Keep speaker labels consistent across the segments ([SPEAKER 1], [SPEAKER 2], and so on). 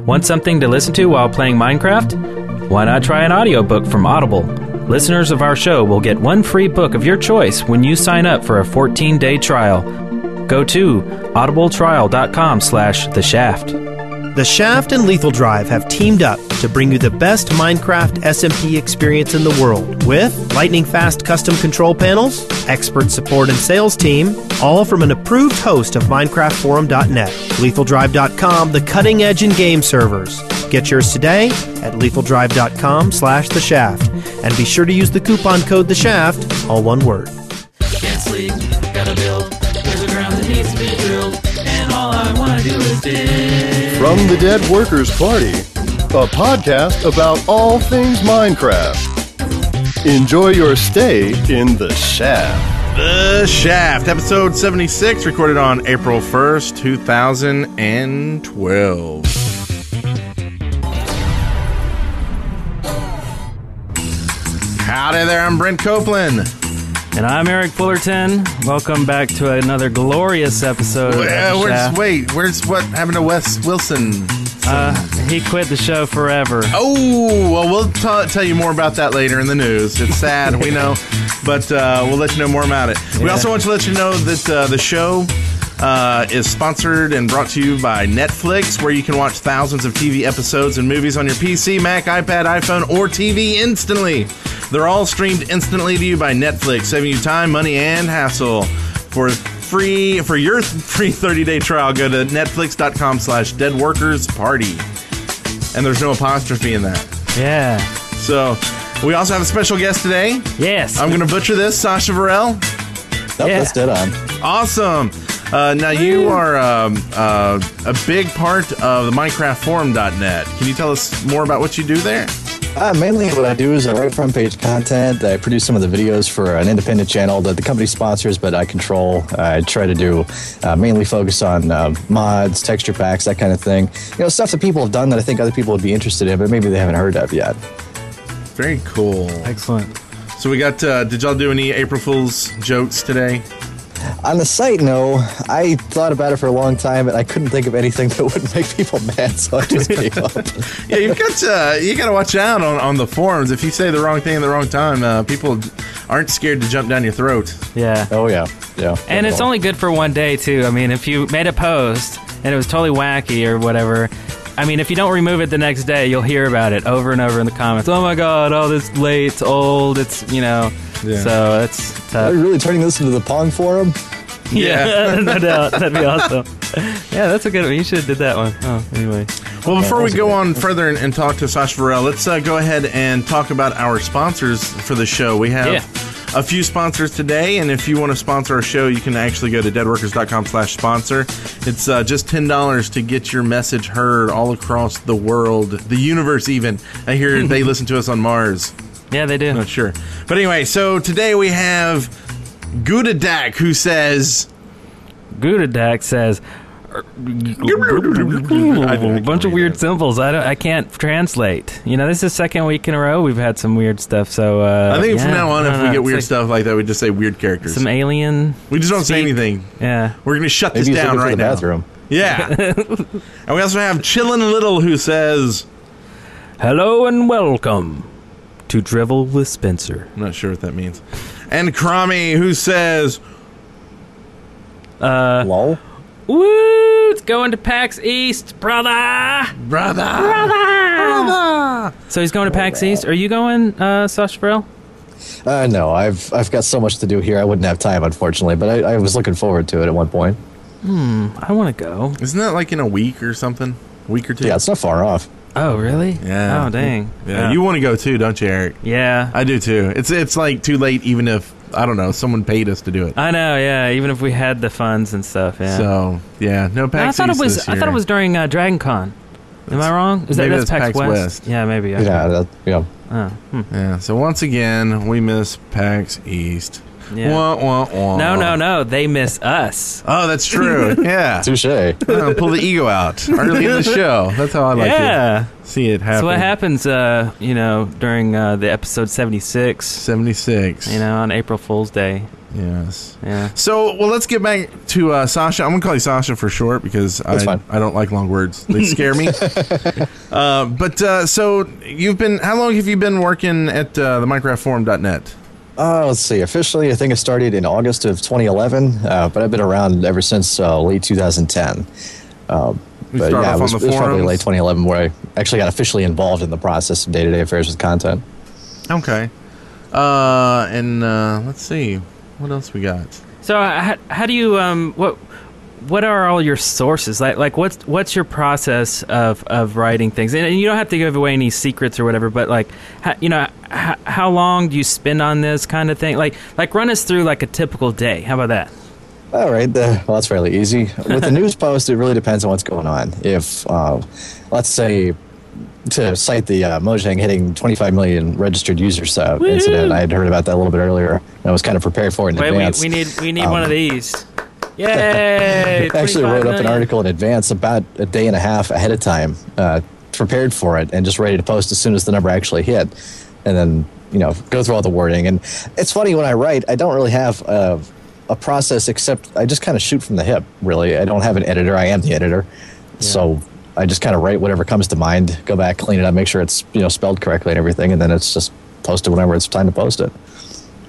[SPEAKER 1] Want something to listen to while playing Minecraft? Why not try an audiobook from Audible? Listeners of our show will get one free book of your choice when you sign up for a 14-day trial. Go to audibletrial.com slash the shaft.
[SPEAKER 2] The Shaft and Lethal Drive have teamed up to bring you the best Minecraft SMP experience in the world with lightning fast custom control panels, expert support and sales team, all from an approved host of MinecraftForum.net, LethalDrive.com, the cutting edge in game servers. Get yours today at LethalDrive.com slash The Shaft and be sure to use the coupon code The Shaft, all one word.
[SPEAKER 3] Can't sleep, gotta build. There's a ground that needs to be drilled, and all I wanna do is dig.
[SPEAKER 4] From the Dead Workers Party, a podcast about all things Minecraft. Enjoy your stay in the shaft.
[SPEAKER 5] The Shaft, episode 76, recorded on April 1st, 2012. Howdy there, I'm Brent Copeland.
[SPEAKER 6] And I'm Eric Fullerton. Welcome back to another glorious episode. of
[SPEAKER 5] Uh,
[SPEAKER 6] The
[SPEAKER 5] where's,
[SPEAKER 6] Shaft.
[SPEAKER 5] wait, where's what happened to Wes Wilson?
[SPEAKER 6] Uh, he quit the show forever.
[SPEAKER 5] Oh, well, we'll t- tell you more about that later in the news. It's sad, we know, but uh, we'll let you know more about it. We also want to let you know that uh, the show uh, is sponsored and brought to you by Netflix, where you can watch thousands of TV episodes and movies on your PC, Mac, iPad, iPhone, or TV instantly. They're all streamed instantly to you by Netflix, saving you time, money, and hassle. For free for your free 30-day trial, go to netflix.com slash deadworkersparty. And there's no apostrophe in that.
[SPEAKER 6] Yeah.
[SPEAKER 5] So we also have a special guest today.
[SPEAKER 6] Yes.
[SPEAKER 5] I'm gonna butcher this, Sasha Varel.
[SPEAKER 6] Yeah.
[SPEAKER 7] that's dead on.
[SPEAKER 5] Awesome. Uh, now you are um, uh, a big part of the MinecraftForum.net. Can you tell us more about what you do there?
[SPEAKER 7] Uh, mainly what I do is I write front page content. I produce some of the videos for an independent channel that the company sponsors, but I control. I try to do uh, mainly focus on uh, mods, texture packs, that kind of thing. You know, stuff that people have done that I think other people would be interested in, but maybe they haven't heard of yet.
[SPEAKER 5] Very cool.
[SPEAKER 6] Excellent.
[SPEAKER 5] So we got. Uh, did y'all do any April Fool's jokes today?
[SPEAKER 7] On the site, no. I thought about it for a long time, and I couldn't think of anything that would make people mad, so I just gave up.
[SPEAKER 5] Yeah, you've got. Uh, you got to watch out on, on the forums. If you say the wrong thing at the wrong time, uh, people aren't scared to jump down your throat.
[SPEAKER 6] Yeah.
[SPEAKER 7] Oh yeah, yeah.
[SPEAKER 6] And it's only good for one day too. I mean, if you made a post and it was totally wacky or whatever, I mean, if you don't remove it the next day, you'll hear about it over and over in the comments. Oh my god, oh this late, it's old, it's you know. So it's
[SPEAKER 7] Are
[SPEAKER 6] tough.
[SPEAKER 7] you really turning this into the Pong forum?
[SPEAKER 6] Yeah, no doubt. That'd be awesome. Yeah, that's a good one. You should have did that one. Oh, anyway.
[SPEAKER 5] Well, before we go on further and, and talk to Sasha Varel, let's uh, go ahead and talk about our sponsors for the show. We have
[SPEAKER 6] Yeah.
[SPEAKER 5] a few sponsors today, and if you want to sponsor our show, you can actually go to deadworkers.com slash sponsor. It's uh, just $10 to get your message heard all across the world, the universe even.
[SPEAKER 6] Hmm.
[SPEAKER 5] I hear they listen to us on Mars.
[SPEAKER 6] Yeah, they do.
[SPEAKER 5] Not sure. But anyway, so today we have Gudadak, who says...
[SPEAKER 6] Gudadak says "Er, a bunch of weird symbols. I don't. I can't translate. You know, this is the second week in a row we've had some weird stuff. So uh,
[SPEAKER 5] I think
[SPEAKER 6] yeah,
[SPEAKER 5] from now
[SPEAKER 6] I
[SPEAKER 5] on, if
[SPEAKER 6] don't
[SPEAKER 5] we
[SPEAKER 6] know.
[SPEAKER 5] get
[SPEAKER 6] It's
[SPEAKER 5] weird
[SPEAKER 6] like
[SPEAKER 5] stuff like that, we just say weird characters.
[SPEAKER 6] some alien.
[SPEAKER 5] we just don't say
[SPEAKER 6] speak.
[SPEAKER 5] anything.
[SPEAKER 6] Yeah,
[SPEAKER 5] We're gonna shut
[SPEAKER 7] Maybe
[SPEAKER 5] this
[SPEAKER 7] he's
[SPEAKER 5] down
[SPEAKER 7] looking for
[SPEAKER 5] right
[SPEAKER 7] the
[SPEAKER 5] now.
[SPEAKER 7] bathroom.
[SPEAKER 5] Yeah. and we also have Chillin' Little who says,
[SPEAKER 6] hello and welcome to Drivel with Spencer.
[SPEAKER 5] I'm not sure what that means. And Crommy who says,
[SPEAKER 6] Uh,
[SPEAKER 7] Lol.
[SPEAKER 6] Woo! It's going to PAX East, brother.
[SPEAKER 5] Brother! Brother!
[SPEAKER 6] So he's going to
[SPEAKER 5] Oh,
[SPEAKER 6] PAX East. Are you going, uh, Sasha Burrell?
[SPEAKER 7] Uh, no, I've I've got so much to do here. I wouldn't have time, unfortunately. But I, I was looking forward to it at one point.
[SPEAKER 6] I want to go.
[SPEAKER 5] Isn't that like in a week or something? week or two?
[SPEAKER 7] Yeah, it's not far off.
[SPEAKER 6] Oh, really?
[SPEAKER 5] Yeah.
[SPEAKER 6] Oh, dang.
[SPEAKER 5] Yeah, You want to go too, don't you, Eric?
[SPEAKER 6] Yeah.
[SPEAKER 5] I do too. It's it's like too late, even if, I don't know, someone paid us to do it.
[SPEAKER 6] I know. Yeah. Even if we had the funds and stuff. Yeah.
[SPEAKER 5] So, yeah, no
[SPEAKER 6] I
[SPEAKER 5] PAX
[SPEAKER 6] thought it
[SPEAKER 5] East
[SPEAKER 6] was.
[SPEAKER 5] this
[SPEAKER 6] I thought
[SPEAKER 5] year.
[SPEAKER 6] it was during uh, Dragon Con. Am I wrong? Is that
[SPEAKER 5] maybe
[SPEAKER 6] that's
[SPEAKER 5] that's
[SPEAKER 6] PAX,
[SPEAKER 5] PAX
[SPEAKER 6] West?
[SPEAKER 5] West.
[SPEAKER 6] Yeah, maybe. okay.
[SPEAKER 7] Yeah, that, yeah.
[SPEAKER 6] Oh, hmm.
[SPEAKER 5] Yeah. So once again, we miss PAX East.
[SPEAKER 6] Yeah.
[SPEAKER 5] Wah, wah, wah.
[SPEAKER 6] No, no, no. They miss us.
[SPEAKER 5] Oh, that's true. yeah.
[SPEAKER 7] Touche.
[SPEAKER 5] Uh, pull the ego out early in the show. That's how I like
[SPEAKER 6] yeah.
[SPEAKER 5] to see it happen.
[SPEAKER 6] That's what happens, uh, you know, during uh, the episode 76,
[SPEAKER 5] 76.
[SPEAKER 6] you know, on April Fool's Day.
[SPEAKER 5] Yes.
[SPEAKER 6] Yeah.
[SPEAKER 5] So, well, let's get back to uh, Sasha. I'm going to call you Sasha for short because
[SPEAKER 7] That's
[SPEAKER 5] I,
[SPEAKER 7] fine.
[SPEAKER 5] I don't like long words. They scare me. uh, but uh, so you've been, how long have you been working at uh, the MinecraftForum.net?
[SPEAKER 7] Uh, let's see. Officially, I think it started in August of 2011, uh, but I've been around ever since uh, late 2010. Um,
[SPEAKER 5] We
[SPEAKER 7] but
[SPEAKER 5] start
[SPEAKER 7] yeah,
[SPEAKER 5] off
[SPEAKER 7] it was,
[SPEAKER 5] on the
[SPEAKER 7] it was probably
[SPEAKER 5] forums.
[SPEAKER 7] late 2011 where I actually got officially involved in the process of day-to-day affairs with content.
[SPEAKER 5] Okay. Uh, and uh, let's see. What else we got?
[SPEAKER 6] So, uh, how, how do you um what what are all your sources? Like like what's what's your process of of writing things? And, and you don't have to give away any secrets or whatever, but like how, you know how, how long do you spend on this kind of thing? Like like run us through like a typical day. How about that?
[SPEAKER 7] All right. The, well, that's fairly easy. With the news post, it really depends on what's going on. If, uh, let's say, to cite the uh, Mojang hitting 25 million registered users uh, incident, I had heard about that a little bit earlier, and I was kind of prepared for it in
[SPEAKER 6] Wait, we,
[SPEAKER 7] advance.
[SPEAKER 6] we need we need
[SPEAKER 7] Um,
[SPEAKER 6] one of these. Yay!
[SPEAKER 7] I
[SPEAKER 6] 25
[SPEAKER 7] actually wrote up an
[SPEAKER 6] million.
[SPEAKER 7] article in advance about a day and a half ahead of time, uh, prepared for it, and just ready to post as soon as the number actually hit. And then, you know, go through all the wording. And it's funny when I write, I don't really have a, a process except I just kind of shoot from the hip, really. I don't have an editor, I am the editor. So I just kind of write whatever comes to mind, go back, clean it up, make sure it's, you know, spelled correctly and everything. And then it's just posted whenever it's time to post it.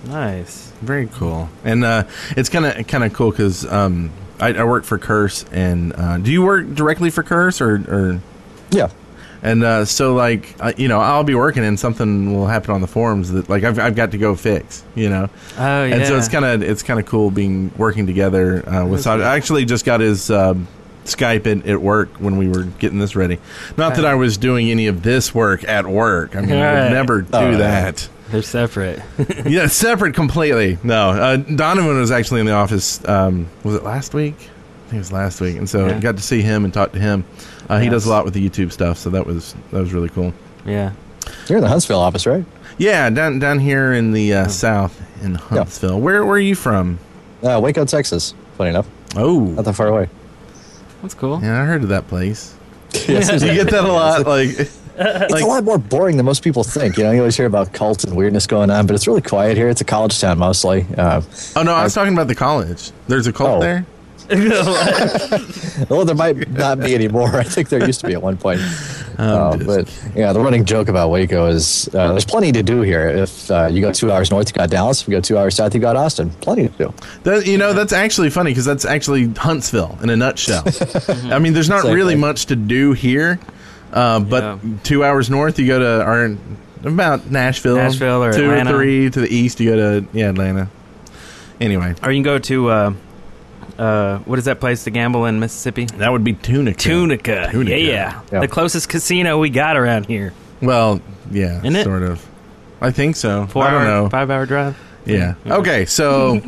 [SPEAKER 6] Nice.
[SPEAKER 5] Very cool, and uh, it's kind of kind of cool because um, I, I work for Curse, and uh, do you work directly for Curse or, or
[SPEAKER 7] Yeah.
[SPEAKER 5] and uh, so like uh, you know I'll be working and something will happen on the forums that like I've, I've got to go fix you know,
[SPEAKER 6] Oh yeah.
[SPEAKER 5] and so it's kind of it's kind of cool being working together uh, with Saj. I actually just got his um, Skype at, at work when we were getting this ready. Not that I was doing any of this work at work. I mean, I
[SPEAKER 6] Right.
[SPEAKER 5] would never do
[SPEAKER 7] Oh,
[SPEAKER 5] that.
[SPEAKER 6] they're separate.
[SPEAKER 5] Yeah, separate completely. No, uh, Donovan was actually in the office. Um, was it last week? I think it was last week, and so
[SPEAKER 6] Yeah.
[SPEAKER 5] got to see him and talk to him. Uh, He does a
[SPEAKER 6] Nice.
[SPEAKER 5] lot with the YouTube stuff, so that was that was really cool.
[SPEAKER 6] yeah.
[SPEAKER 7] You're in the Huntsville office, right?
[SPEAKER 5] Yeah, down down here in the
[SPEAKER 7] Hmm.
[SPEAKER 5] uh, south in Huntsville. Where where are you from?
[SPEAKER 7] Uh, Waco, Texas, funny enough. Not
[SPEAKER 5] Oh,
[SPEAKER 7] that far away.
[SPEAKER 6] That's cool.
[SPEAKER 5] yeah, I heard of that place.
[SPEAKER 7] Yes,
[SPEAKER 5] Do you get that a lot? Like,
[SPEAKER 7] It's a lot more boring than most people think. You know, you always hear about cults and weirdness going on, but it's really quiet here. It's a college town mostly. Uh,
[SPEAKER 5] oh no, I was talking about the college. There's a cult
[SPEAKER 7] Oh.
[SPEAKER 5] there.
[SPEAKER 7] well, there might not be anymore. I think there used to be at one point. Uh,
[SPEAKER 5] just
[SPEAKER 7] but yeah, the running joke about Waco is uh, there's plenty to do here. If uh, you go two hours north, you got Dallas. If you go two hours south, you got Austin. Plenty to do.
[SPEAKER 5] That, you know, that's actually funny because that's actually Huntsville in a nutshell. I mean, there's not
[SPEAKER 7] Exactly.
[SPEAKER 5] really much to do here, uh, but
[SPEAKER 6] Yeah.
[SPEAKER 5] two hours north, you go to our, about Nashville.
[SPEAKER 6] Nashville or
[SPEAKER 5] two
[SPEAKER 6] Atlanta.
[SPEAKER 5] or three to the east, you go to yeah Atlanta. Anyway,
[SPEAKER 6] Or you can go to uh, uh, what is that place to gamble in Mississippi?
[SPEAKER 5] that would be Tunica.
[SPEAKER 6] Tunica.
[SPEAKER 5] Tunica.
[SPEAKER 6] Yeah, yeah.
[SPEAKER 7] Yeah.
[SPEAKER 6] The closest casino we got around here.
[SPEAKER 5] Well, yeah,
[SPEAKER 6] Isn't it?
[SPEAKER 5] sort of. I think so.
[SPEAKER 6] Four
[SPEAKER 5] I don't
[SPEAKER 6] hour,
[SPEAKER 5] know.
[SPEAKER 6] five hour drive.
[SPEAKER 5] Yeah. Okay, so.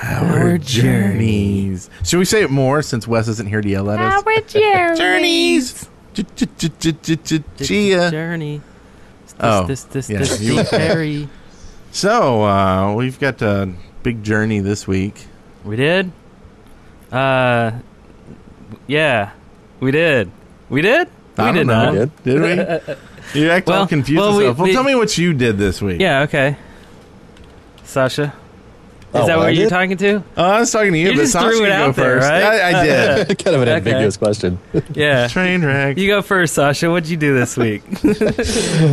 [SPEAKER 5] Our journeys. Should we say it more since Wes isn't here to yell at us? Journeys. Gia.
[SPEAKER 6] Journey. This,
[SPEAKER 5] uh, Oh,
[SPEAKER 6] this, this,
[SPEAKER 5] yeah,
[SPEAKER 6] this,
[SPEAKER 5] you-
[SPEAKER 6] this, ferry.
[SPEAKER 5] So uh, we've got a big journey this week.
[SPEAKER 6] We did. Uh, yeah, we did. We did. We
[SPEAKER 5] I
[SPEAKER 6] did
[SPEAKER 5] don't know.
[SPEAKER 6] not.
[SPEAKER 5] Did we? You act all
[SPEAKER 6] Well,
[SPEAKER 5] confused.
[SPEAKER 6] well,
[SPEAKER 5] and
[SPEAKER 6] we-
[SPEAKER 5] stuff. well,
[SPEAKER 6] we-
[SPEAKER 5] tell me what you did this week.
[SPEAKER 6] Yeah. Okay. Sasha, is
[SPEAKER 7] Oh,
[SPEAKER 6] that
[SPEAKER 7] I
[SPEAKER 6] what you're
[SPEAKER 7] did?
[SPEAKER 6] talking to?
[SPEAKER 5] Uh, I was talking to you,
[SPEAKER 6] You
[SPEAKER 5] but
[SPEAKER 6] just
[SPEAKER 5] Sasha
[SPEAKER 6] threw it
[SPEAKER 5] can go
[SPEAKER 6] out there,
[SPEAKER 5] first.
[SPEAKER 6] right?
[SPEAKER 5] I, I did.
[SPEAKER 7] kind of an
[SPEAKER 6] Okay.
[SPEAKER 7] ambiguous question.
[SPEAKER 6] Yeah.
[SPEAKER 5] Train wreck.
[SPEAKER 6] You go first, Sasha. What'd you do this week?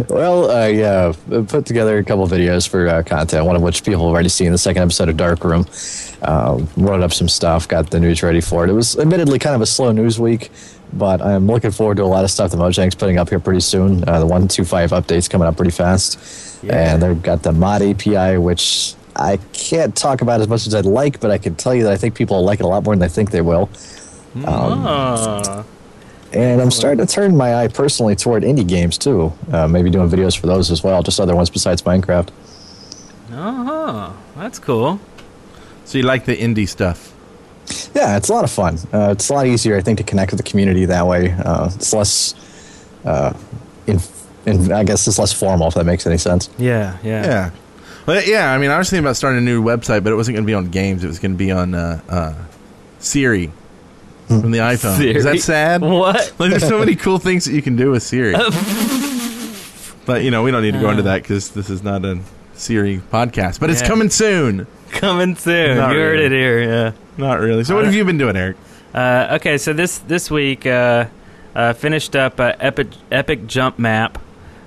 [SPEAKER 7] Well, I uh, put together a couple videos for uh, content, one of which people have already seen, the second episode of Dark Room. Uh, wrote up some stuff, got the news ready for it. It was admittedly kind of a slow news week, but I'm looking forward to a lot of stuff that Mojang's putting up here pretty soon. Uh, the 125 update's coming up pretty fast. And they've got the mod API, which I can't talk about as much as I'd like, but I can tell you that I think people will like it a lot more than they think they will.
[SPEAKER 5] Um,
[SPEAKER 6] Aw.
[SPEAKER 7] And I'm starting to turn my eye personally toward indie games too. Uh, maybe doing videos for those as well, just other ones besides Minecraft.
[SPEAKER 6] Uh huh. That's cool.
[SPEAKER 5] So you like the indie stuff?
[SPEAKER 7] Yeah, it's a lot of fun. Uh, it's a lot easier, I think, to connect with the community that way. Uh, it's less, uh, in, in, I guess, it's less formal if that makes any sense.
[SPEAKER 6] Yeah, yeah.
[SPEAKER 5] Yeah. But yeah, I mean, I was thinking about starting a new website, but it wasn't going to be on games. It was going to be on uh, uh, Siri from the iPhone. Is
[SPEAKER 6] Siri?
[SPEAKER 5] that sad?
[SPEAKER 6] What?
[SPEAKER 5] Like, there's so many cool things that you can do with Siri. but you know, we don't need to go into that because this is not a Siri podcast. But it's
[SPEAKER 6] Uh. Yeah.
[SPEAKER 5] coming soon.
[SPEAKER 6] Coming soon.
[SPEAKER 5] Not
[SPEAKER 6] you heard
[SPEAKER 5] really.
[SPEAKER 6] it here. Yeah.
[SPEAKER 5] Not really. So, what have you been doing, Eric?
[SPEAKER 6] Uh, okay, so this this week uh, uh, finished up uh, epic epic jump map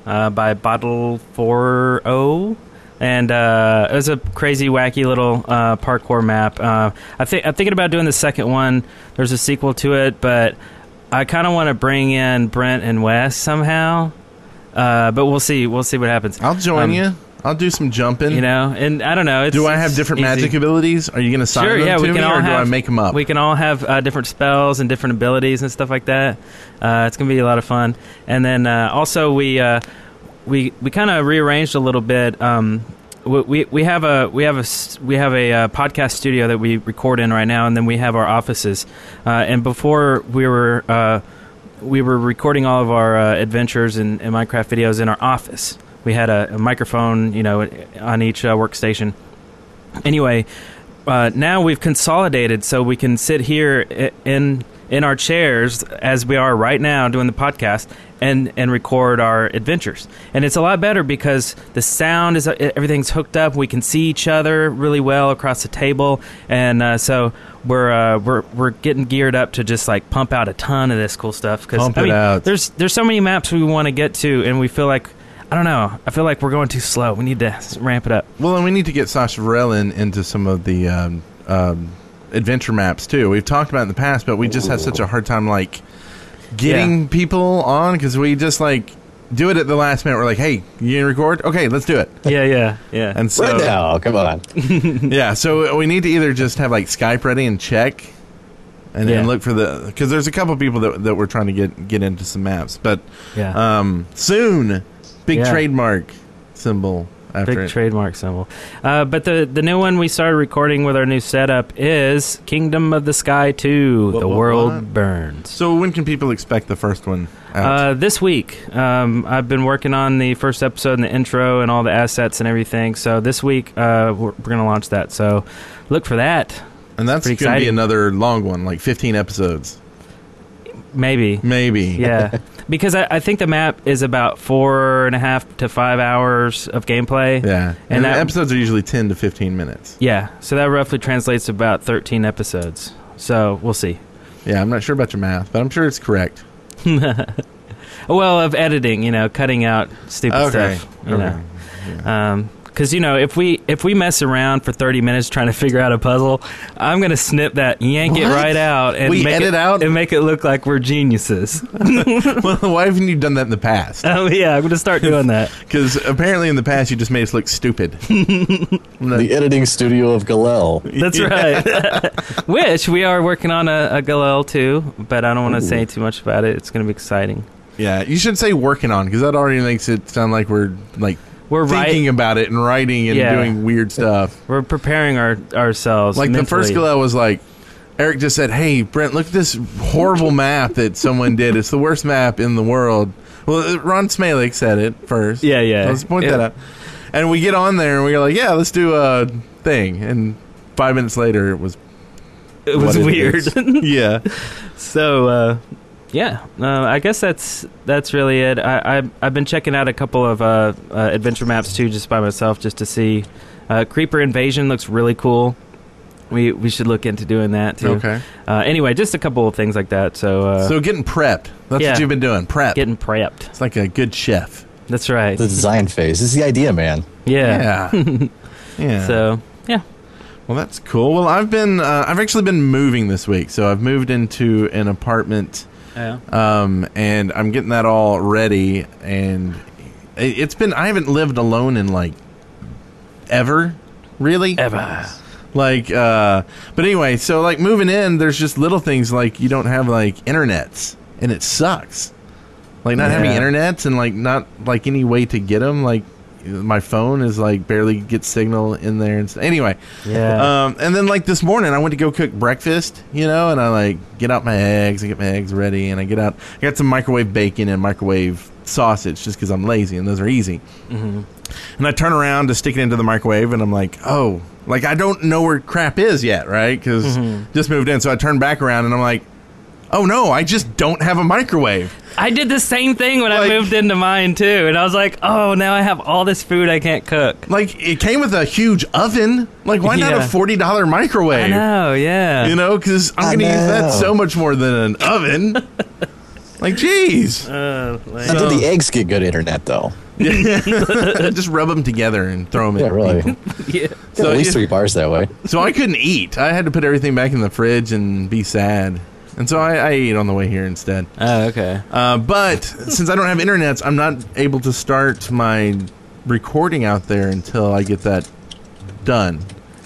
[SPEAKER 6] uh, by Bottle Four O, and uh, it was a crazy wacky little uh, parkour map. Uh, I think I'm thinking about doing the second one. There's a sequel to it, but I kind of want to bring in Brent and Wes somehow. Uh, but we'll see. We'll see what happens.
[SPEAKER 5] I'll join
[SPEAKER 6] Um,
[SPEAKER 5] you. I'll do some jumping.
[SPEAKER 6] You know, and I don't know. It's,
[SPEAKER 5] do I have
[SPEAKER 6] it's
[SPEAKER 5] different
[SPEAKER 6] easy.
[SPEAKER 5] magic abilities? Are you going to sign
[SPEAKER 6] Sure,
[SPEAKER 5] them
[SPEAKER 6] yeah,
[SPEAKER 5] to
[SPEAKER 6] we
[SPEAKER 5] me,
[SPEAKER 6] can all
[SPEAKER 5] or do I
[SPEAKER 6] have-
[SPEAKER 5] make them up?
[SPEAKER 6] We can all have uh, different spells and different abilities and stuff like that. Uh, it's gonna be a lot of fun. And then uh, also we uh, we we kind of rearranged a little bit. Um, we, we, we have a we have a s- we have a uh, podcast studio that we record in right now, and then we have our offices. Uh, and before we were uh, we were recording all of our uh, adventures and, and Minecraft videos in our office. We had a, a microphone, you know, on each uh, workstation. Anyway, uh, now we've consolidated so we can sit here i- in in our chairs as we are right now doing the podcast and and record our adventures and it's a lot better because the sound is uh, e, everything's hooked up we can see each other really well across the table and uh, so we're uh, we're we're getting geared up to just like pump out a ton of this cool stuff because
[SPEAKER 5] Pump it out.
[SPEAKER 6] there's there's so many maps we want to get to and we feel like I don't know I feel like we're going too slow we need to s- ramp it up
[SPEAKER 5] Well, and we need to get Sasha Varela in into some of the um, um, adventure maps too. We've talked about it in the past, but we just have such a hard time like getting people on because we just like do it at the last minute. We're like, "Hey, you gonna record? Okay, let's do it."
[SPEAKER 6] yeah yeah yeah
[SPEAKER 5] And so
[SPEAKER 7] Right now, come on.
[SPEAKER 5] yeah, so we need to either just have like Skype ready and check, and
[SPEAKER 6] Yeah.
[SPEAKER 5] then look for the because there's a couple people that that we're trying to get get into some maps, but
[SPEAKER 6] yeah.
[SPEAKER 5] um, soon, big
[SPEAKER 6] Yeah.
[SPEAKER 5] trademark symbol after
[SPEAKER 6] Big
[SPEAKER 5] it.
[SPEAKER 6] trademark symbol. Uh, but the the new one we started recording with our new setup is Kingdom of the Sky 2,
[SPEAKER 5] What,
[SPEAKER 6] The
[SPEAKER 5] what,
[SPEAKER 6] World
[SPEAKER 5] what?
[SPEAKER 6] Burns.
[SPEAKER 5] so when can people expect the first one? Out?
[SPEAKER 6] Uh, this week, um, I've been working on the first episode and the intro and all the assets and everything. So this week, uh, we're, we're going to launch that. So look for that.
[SPEAKER 5] And that's
[SPEAKER 6] Pretty
[SPEAKER 5] going to be
[SPEAKER 6] exciting.
[SPEAKER 5] another long one, like 15 episodes,
[SPEAKER 6] Maybe.
[SPEAKER 5] maybe.
[SPEAKER 6] Yeah. because I, I think the map is about four and a half to five hours of gameplay.
[SPEAKER 5] yeah. And,
[SPEAKER 6] And
[SPEAKER 5] the
[SPEAKER 6] that-
[SPEAKER 5] episodes are usually 10 to 15 minutes.
[SPEAKER 6] Yeah. So that roughly translates to about 13 episodes. So we'll see.
[SPEAKER 5] Yeah, I'm not sure about your math, but I'm sure it's correct.
[SPEAKER 6] Well, of editing, you know, cutting out stupid stuff. You
[SPEAKER 5] Okay.
[SPEAKER 6] know. Um 'cause because you know, if we if we mess around for thirty minutes trying to figure out a puzzle, I'm gonna snip that, yank it
[SPEAKER 5] What?
[SPEAKER 6] right out, and
[SPEAKER 5] We
[SPEAKER 6] make
[SPEAKER 5] edit
[SPEAKER 6] it
[SPEAKER 5] out?
[SPEAKER 6] and make it look like we're geniuses.
[SPEAKER 5] well, why haven't you done that in the past?
[SPEAKER 6] oh yeah, I'm gonna start doing that.
[SPEAKER 5] Because apparently in the past you just made us look stupid.
[SPEAKER 7] The editing studio of Galil.
[SPEAKER 6] That's right. Which we are working on a, a Galil too, but I don't want to say too much about it. It's gonna be exciting.
[SPEAKER 5] yeah, you should say working on because that already makes it sound like we're like
[SPEAKER 6] We're
[SPEAKER 5] thinking
[SPEAKER 6] right.
[SPEAKER 5] about it and writing and
[SPEAKER 6] Yeah.
[SPEAKER 5] doing weird stuff.
[SPEAKER 6] We're preparing our ourselves.
[SPEAKER 5] Like the first
[SPEAKER 6] mentally.
[SPEAKER 5] Galil was like, Eric just said, "Hey Brent, look at this horrible map that someone did. It's the worst map in the world." Well, uh, Ron Smalek said it first.
[SPEAKER 6] Yeah, yeah.
[SPEAKER 5] So let's point that
[SPEAKER 6] Yeah.
[SPEAKER 5] out. And we get on there and we're like, "Yeah, let's do a thing." And five minutes later, it was
[SPEAKER 6] It was
[SPEAKER 5] what
[SPEAKER 6] weird.
[SPEAKER 5] is. yeah,
[SPEAKER 6] So uh, yeah, uh, I guess that's that's really it. I, I I've been checking out a couple of uh, uh, adventure maps too, just by myself, just to see. Uh, Creeper Invasion looks really cool. We we should look into doing that too.
[SPEAKER 5] okay.
[SPEAKER 6] Uh, anyway, just a couple of things like that. So, uh,
[SPEAKER 5] So uh, getting prepped. That's
[SPEAKER 6] Yeah.
[SPEAKER 5] what you've been doing. Prep.
[SPEAKER 6] getting prepped.
[SPEAKER 5] it's like a good chef.
[SPEAKER 6] That's right.
[SPEAKER 7] The design phase. This is the idea, man.
[SPEAKER 6] Yeah.
[SPEAKER 5] Yeah. yeah.
[SPEAKER 6] So yeah.
[SPEAKER 5] Well, that's cool. Well, I've been uh, I've actually been moving this week, so I've moved into an apartment.
[SPEAKER 6] Yeah.
[SPEAKER 5] um, and I'm getting that all ready. And it, it's been I haven't lived alone in like ever, really
[SPEAKER 6] Ever.
[SPEAKER 5] Like, uh, but anyway, so like moving in, there's just little things like you don't have like internets, and it sucks. Like not having
[SPEAKER 6] Yeah.
[SPEAKER 5] internets and like not like any way to get them. Like my phone is like barely get signal in there. And s anyway,
[SPEAKER 6] Yeah.
[SPEAKER 5] Um, and then like this morning, I went to go cook breakfast, you know, and I like get out my eggs, I get my eggs ready, and I get out, I got some microwave bacon and microwave sausage just because I'm lazy and those are easy.
[SPEAKER 6] Mm-hmm.
[SPEAKER 5] And I turn around to stick it into the microwave, and I'm like, oh, like I don't know where crap is yet, right? Because
[SPEAKER 6] Mm-hmm.
[SPEAKER 5] just moved in, so I turn back around and I'm like, oh no, I just don't have a microwave.
[SPEAKER 6] I did the same thing when
[SPEAKER 5] Like-
[SPEAKER 6] I moved into mine too, and I was like, "Oh, now I have all this food I can't cook."
[SPEAKER 5] Like it came with a huge oven. Like why not a
[SPEAKER 6] Yeah.
[SPEAKER 5] forty dollar microwave?
[SPEAKER 6] I know, yeah.
[SPEAKER 5] You know, because I'm
[SPEAKER 7] I
[SPEAKER 5] going to use that
[SPEAKER 7] know.
[SPEAKER 5] so much more than an oven. like, jeez,
[SPEAKER 6] Uh,
[SPEAKER 7] And did the eggs get good internet though?
[SPEAKER 5] just rub them together and throw them
[SPEAKER 7] Yeah,
[SPEAKER 5] in.
[SPEAKER 7] really.
[SPEAKER 6] yeah.
[SPEAKER 7] Got
[SPEAKER 5] So
[SPEAKER 7] at least
[SPEAKER 5] you-
[SPEAKER 7] three bars that way.
[SPEAKER 5] So I couldn't eat. I had to put everything back in the fridge and be sad. And so I, I ate on the way here instead.
[SPEAKER 6] Oh, okay.
[SPEAKER 5] Uh, but since I don't have internets, I'm not able to start my recording out there until I get that done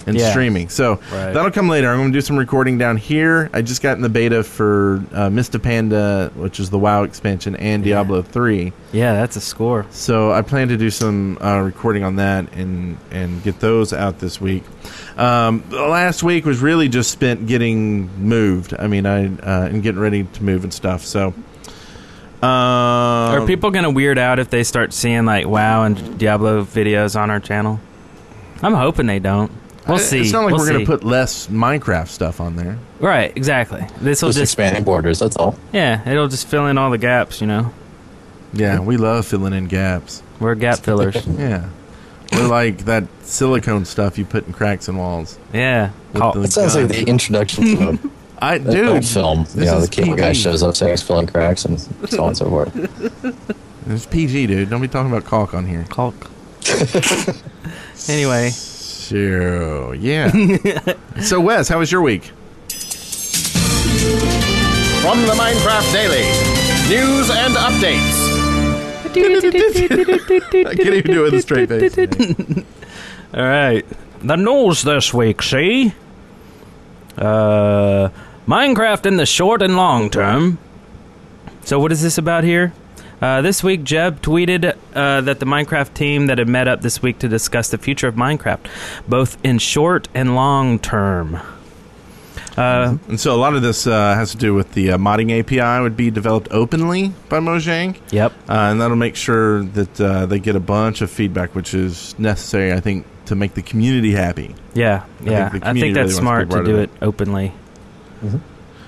[SPEAKER 5] and
[SPEAKER 6] Yeah.
[SPEAKER 5] streaming. So
[SPEAKER 6] Right.
[SPEAKER 5] that'll come later. I'm going to do some recording down here. I just got in the beta for uh, Mista Panda, which is the WoW expansion, and Diablo 3.
[SPEAKER 6] Yeah, that's a score.
[SPEAKER 5] So I plan to do some uh, recording on that and and get those out this week. Um, the last week was really just spent getting moved. I mean, I uh, and getting ready to move and stuff. So. Uh,
[SPEAKER 6] Are people gonna weird out if they start seeing like WoW and Diablo videos on our channel? I'm hoping they don't. We'll see.
[SPEAKER 5] It's not like
[SPEAKER 6] We'll
[SPEAKER 5] we're
[SPEAKER 6] see.
[SPEAKER 5] going to put less Minecraft stuff on there.
[SPEAKER 6] right. Exactly. This will
[SPEAKER 7] Just
[SPEAKER 6] just
[SPEAKER 7] expanding borders. That's all.
[SPEAKER 6] yeah, it'll just fill in all the gaps. You know,
[SPEAKER 5] Yeah, we love filling in gaps.
[SPEAKER 6] we're gap fillers.
[SPEAKER 5] Yeah, we're like that silicone stuff you put in cracks in walls.
[SPEAKER 6] yeah. Call-
[SPEAKER 5] the-
[SPEAKER 7] That sounds like the introduction to a
[SPEAKER 5] I
[SPEAKER 7] that
[SPEAKER 5] dude,
[SPEAKER 7] old film.
[SPEAKER 5] this
[SPEAKER 7] You know,
[SPEAKER 5] is
[SPEAKER 7] the cable guy
[SPEAKER 5] PG.
[SPEAKER 7] shows up saying he's filling cracks and so on and so forth.
[SPEAKER 5] It's PG, dude. Don't be talking about caulk on here.
[SPEAKER 6] Calk. anyway,
[SPEAKER 5] Sure. Yeah. so Wes, how was your week?
[SPEAKER 4] From the Minecraft Daily, news and updates.
[SPEAKER 5] I can't even do it with a straight face.
[SPEAKER 6] All right. The news this week, see? Uh, Minecraft in the short and long term. So, what is this about here? Uh, this week, Jeb tweeted uh, that the Minecraft team that had met up this week to discuss the future of Minecraft, both in short and long term. Uh,
[SPEAKER 5] And so a lot of this uh, has to do with the uh, modding API would be developed openly by Mojang,
[SPEAKER 6] yep.
[SPEAKER 5] uh, and that'll make sure that uh, they get a bunch of feedback, which is necessary, I think, to make the community happy.
[SPEAKER 6] Yeah. Yeah. I
[SPEAKER 5] the
[SPEAKER 6] think,
[SPEAKER 5] community
[SPEAKER 6] that's
[SPEAKER 5] really wants to be
[SPEAKER 6] smart
[SPEAKER 5] part
[SPEAKER 6] to
[SPEAKER 5] of
[SPEAKER 6] do
[SPEAKER 5] it.
[SPEAKER 6] it openly.
[SPEAKER 5] Uh,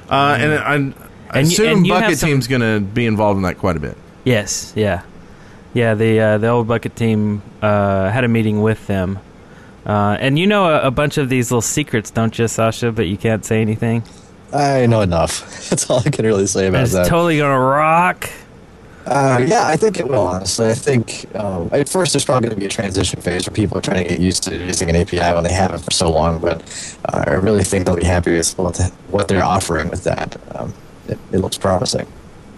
[SPEAKER 5] and I, I
[SPEAKER 6] And you-
[SPEAKER 5] assume
[SPEAKER 6] and you have
[SPEAKER 5] Bucket
[SPEAKER 6] some-
[SPEAKER 5] Team's going to be involved in that quite a bit.
[SPEAKER 6] Yes, yeah, yeah. The uh, the old bucket team uh, had a meeting with them, uh, and you know a, a bunch of these little secrets, don't you, Sasha? But you can't say anything.
[SPEAKER 7] I know enough. That's all I can really say about
[SPEAKER 6] It's
[SPEAKER 7] that.
[SPEAKER 6] totally gonna rock.
[SPEAKER 7] Uh, yeah, I think it will, honestly. I think um, at first there's probably going to be a transition phase where people are trying to get used to using an API when they haven't for so long, but uh, I really think they'll be happy with what, the, what they're offering with that. Um, it, it looks promising.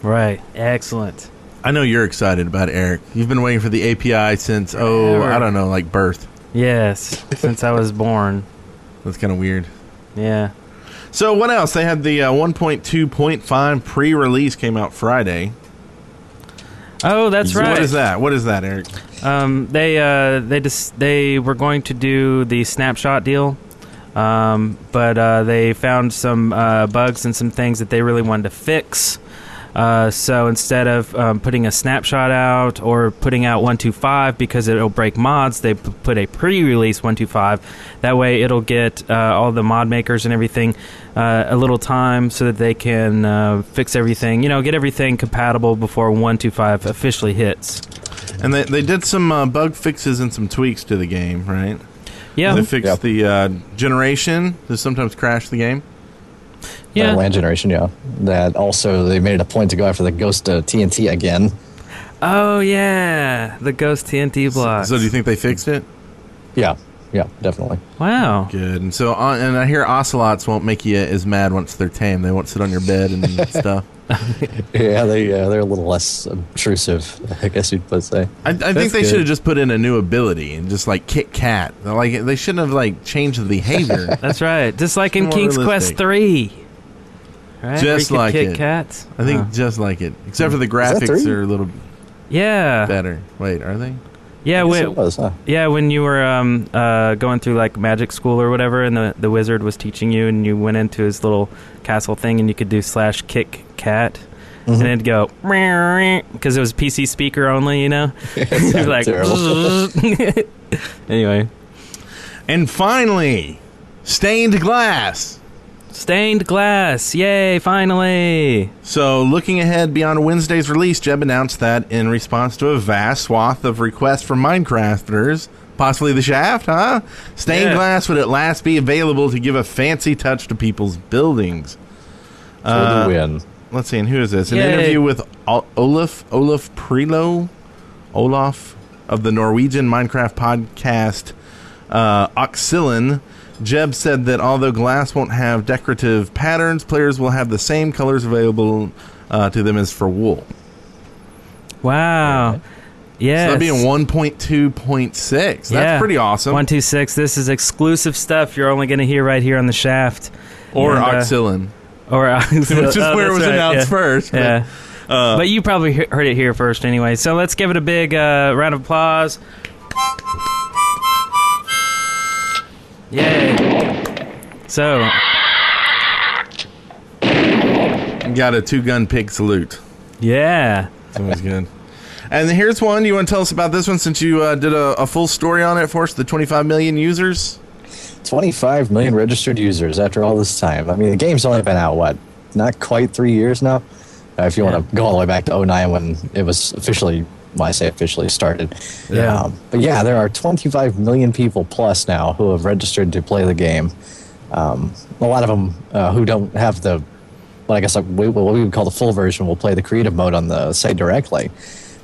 [SPEAKER 6] Right. Excellent.
[SPEAKER 5] I know you're excited about it, Eric. You've been waiting for the API since oh,
[SPEAKER 6] Forever.
[SPEAKER 5] I don't know, like birth.
[SPEAKER 6] Yes. since I was born.
[SPEAKER 5] That's kind of weird.
[SPEAKER 6] Yeah.
[SPEAKER 5] So what else? They had the uh, 1.2.5 pre-release came out Friday.
[SPEAKER 6] Oh, that's right.
[SPEAKER 5] What is that? What is that, Eric?
[SPEAKER 6] Um, they uh, they just they were going to do the snapshot deal, um, but uh, they found some uh, bugs and some things that they really wanted to fix. Uh, so instead of um, putting a snapshot out or putting out 125 because it'll break mods, they p- put a pre-release 125. That way, it'll get uh, all the mod makers and everything uh, a little time so that they can uh, fix everything. You know, get everything compatible before 125 officially hits.
[SPEAKER 5] And they, they did some uh, bug fixes and some tweaks to the game, right?
[SPEAKER 6] Yeah, Mm-hmm.
[SPEAKER 5] They fixed
[SPEAKER 7] Yeah.
[SPEAKER 5] the uh, generation that sometimes crashed the game.
[SPEAKER 6] yeah.
[SPEAKER 7] Uh, land generation, yeah. That also, they made it a point to go after the Ghost uh, TNT again.
[SPEAKER 6] Oh yeah, the Ghost TNT blocks.
[SPEAKER 5] So do you think they fixed it?
[SPEAKER 7] Yeah, yeah, definitely.
[SPEAKER 6] wow.
[SPEAKER 5] Good. And so on, and I hear ocelots won't make you as mad once they're tame. They won't sit on your bed and stuff.
[SPEAKER 7] Yeah, they, uh, they're a little less obtrusive, I guess you'd put say.
[SPEAKER 5] I, I think they
[SPEAKER 6] good.
[SPEAKER 5] should have just put in a new ability and just like kick cat. Like they shouldn't have like changed the behavior.
[SPEAKER 6] That's right. Just like in
[SPEAKER 5] More
[SPEAKER 6] King's Quest
[SPEAKER 5] realistic.
[SPEAKER 6] Three. Right? where you
[SPEAKER 5] Just
[SPEAKER 6] could
[SPEAKER 5] like
[SPEAKER 6] kick
[SPEAKER 5] it.
[SPEAKER 6] Cats.
[SPEAKER 5] I think
[SPEAKER 6] Oh.
[SPEAKER 5] just like it, except for the
[SPEAKER 7] that
[SPEAKER 5] graphics
[SPEAKER 7] three?
[SPEAKER 5] are a little
[SPEAKER 6] yeah.
[SPEAKER 5] better. Wait, are they?
[SPEAKER 6] Yeah,
[SPEAKER 7] Yes,
[SPEAKER 6] when,
[SPEAKER 7] it was, huh?
[SPEAKER 6] yeah, when you were um, uh, going through like magic school or whatever, and the, the wizard was teaching you, and you went into his little castle thing, and you could do slash kick cat, and it'd go because it was PC speaker only, you know. It was like anyway,
[SPEAKER 5] And finally, stained glass.
[SPEAKER 6] stained glass, yay! Finally,
[SPEAKER 5] So, looking ahead beyond Wednesday's release, Jeb announced that in response to a vast swath of requests from Minecrafters, possibly the shaft, huh? Stained
[SPEAKER 6] Yeah.
[SPEAKER 5] glass would at last be available to give a fancy touch to people's buildings.
[SPEAKER 7] For the win.
[SPEAKER 5] Let's see, and who is this? An
[SPEAKER 6] Yay.
[SPEAKER 5] interview with Ol- Olaf Olaf Prelo, Olaf of the Norwegian Minecraft podcast uh, Oxylin. Jeb said that although glass won't have decorative patterns, players will have the same colors available uh, to them as for wool.
[SPEAKER 6] wow,
[SPEAKER 5] So
[SPEAKER 6] yeah,
[SPEAKER 5] that'd be in 1.2.6. That's
[SPEAKER 6] Yeah.
[SPEAKER 5] pretty awesome.
[SPEAKER 6] One two six. This is exclusive stuff. You're only going to hear right here on the shaft.
[SPEAKER 5] or
[SPEAKER 6] And, uh,
[SPEAKER 5] Oxylin,
[SPEAKER 6] or uh, which
[SPEAKER 5] which is where it was announced first. Uh, but-
[SPEAKER 6] Yeah. but you probably he- heard it here first anyway. So let's give it a big uh, round of applause. Yay. So,
[SPEAKER 5] Got a two gun pig salute.
[SPEAKER 6] yeah.
[SPEAKER 5] That was good. And here's one. You want to tell us about this one since you uh, did a, a full story on it for us, the 25 million users?
[SPEAKER 7] 25 million registered users after all this time. I mean, the game's only been out, what, not quite three years now? Uh, if you want to go all the way back to 09 when it was officially, well, I say officially started. Um,
[SPEAKER 6] Yeah.
[SPEAKER 7] but yeah, there are 25 million people plus now who have registered to play the game. Um, a lot of them uh, who don't have the, well, I guess like, we, what we would call the full version will play the creative mode on the site directly.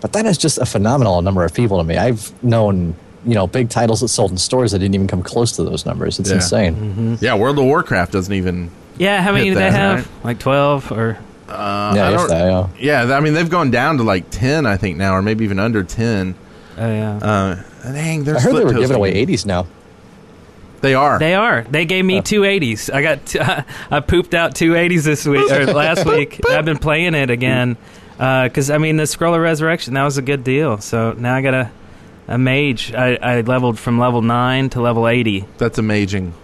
[SPEAKER 7] But that is just a phenomenal number of people to me. I've known, you know, big titles that sold in stores that didn't even come close to those numbers. It's
[SPEAKER 5] Yeah.
[SPEAKER 7] insane.
[SPEAKER 5] Yeah, World of Warcraft doesn't even.
[SPEAKER 6] Yeah, how many
[SPEAKER 5] Hit
[SPEAKER 6] do they
[SPEAKER 5] that,
[SPEAKER 6] have? Like 12 or
[SPEAKER 5] Uh, I
[SPEAKER 7] Yeah, if
[SPEAKER 5] don't-
[SPEAKER 7] that, yeah.
[SPEAKER 5] yeah, th- I mean, they've gone down to like 10, I think, now, or maybe even under 10.
[SPEAKER 6] oh yeah.
[SPEAKER 5] Uh, dang, they're
[SPEAKER 7] I heard they
[SPEAKER 5] split
[SPEAKER 7] were giving
[SPEAKER 5] toasting.
[SPEAKER 7] away 80s now.
[SPEAKER 5] They Uh. are.
[SPEAKER 6] They are. They gave me two eighties. I got. T- I pooped out two eighties this week or last week. I've been playing it again because I mean the Scroll of Resurrection that was a good deal. So now I got a a mage. I, I leveled from level nine to level eighty.
[SPEAKER 5] That's amazing.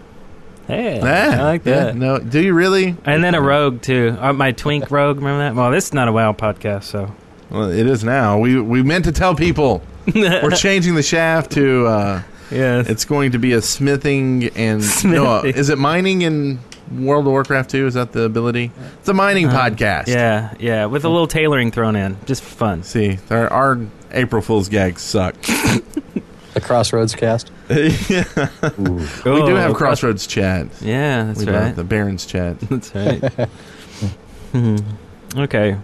[SPEAKER 6] Hey,
[SPEAKER 5] Yeah,
[SPEAKER 6] I like
[SPEAKER 5] yeah,
[SPEAKER 6] that.
[SPEAKER 5] no, do you really?
[SPEAKER 6] And then a rogue too. Uh, my twink rogue. Remember that? Well, this is not a WoW podcast, so
[SPEAKER 5] Well, it is now. We we meant to tell people we're changing the shaft to. Uh,
[SPEAKER 6] yeah.
[SPEAKER 5] It's going to be a smithing and no, uh,
[SPEAKER 6] Smithing.
[SPEAKER 5] is it mining in World of Warcraft 2? Is that the ability? It's a mining podcast.
[SPEAKER 6] Yeah, yeah, with a little tailoring thrown in, just for fun.
[SPEAKER 5] See, there our April Fool's gags suck.
[SPEAKER 7] The Crossroads cast.
[SPEAKER 5] we do have Crossroads chat.
[SPEAKER 6] Oh. Yeah, that's
[SPEAKER 5] we do
[SPEAKER 6] right.
[SPEAKER 5] have the Baron's chat.
[SPEAKER 6] That's right. Hmm. okay.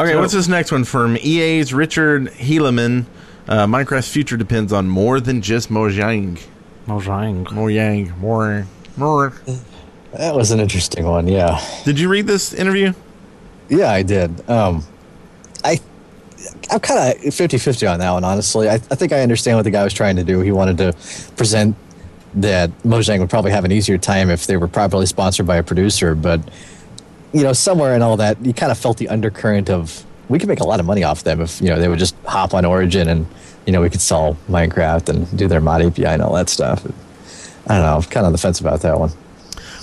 [SPEAKER 5] Okay,
[SPEAKER 6] So-
[SPEAKER 5] what's this next one from EA's Richard Helaman? Uh, Minecraft's future depends on more than just Mojang.
[SPEAKER 6] Mojang.
[SPEAKER 5] Mojang, more, more.
[SPEAKER 7] That was an interesting one, yeah.
[SPEAKER 5] Did you read this interview?
[SPEAKER 7] Yeah, I did. Um, I, I'm kind of 50 50 on that one, honestly. I, I think I understand what the guy was trying to do. He wanted to present that Mojang would probably have an easier time if they were properly sponsored by a producer, but, you know, somewhere in all that, you kind of felt the undercurrent of we could make a lot of money off them if, you know, they would just hop on Origin and, you know, we could sell Minecraft and do their mod API and all that stuff. I don't know. I'm kind of on the fence about that one.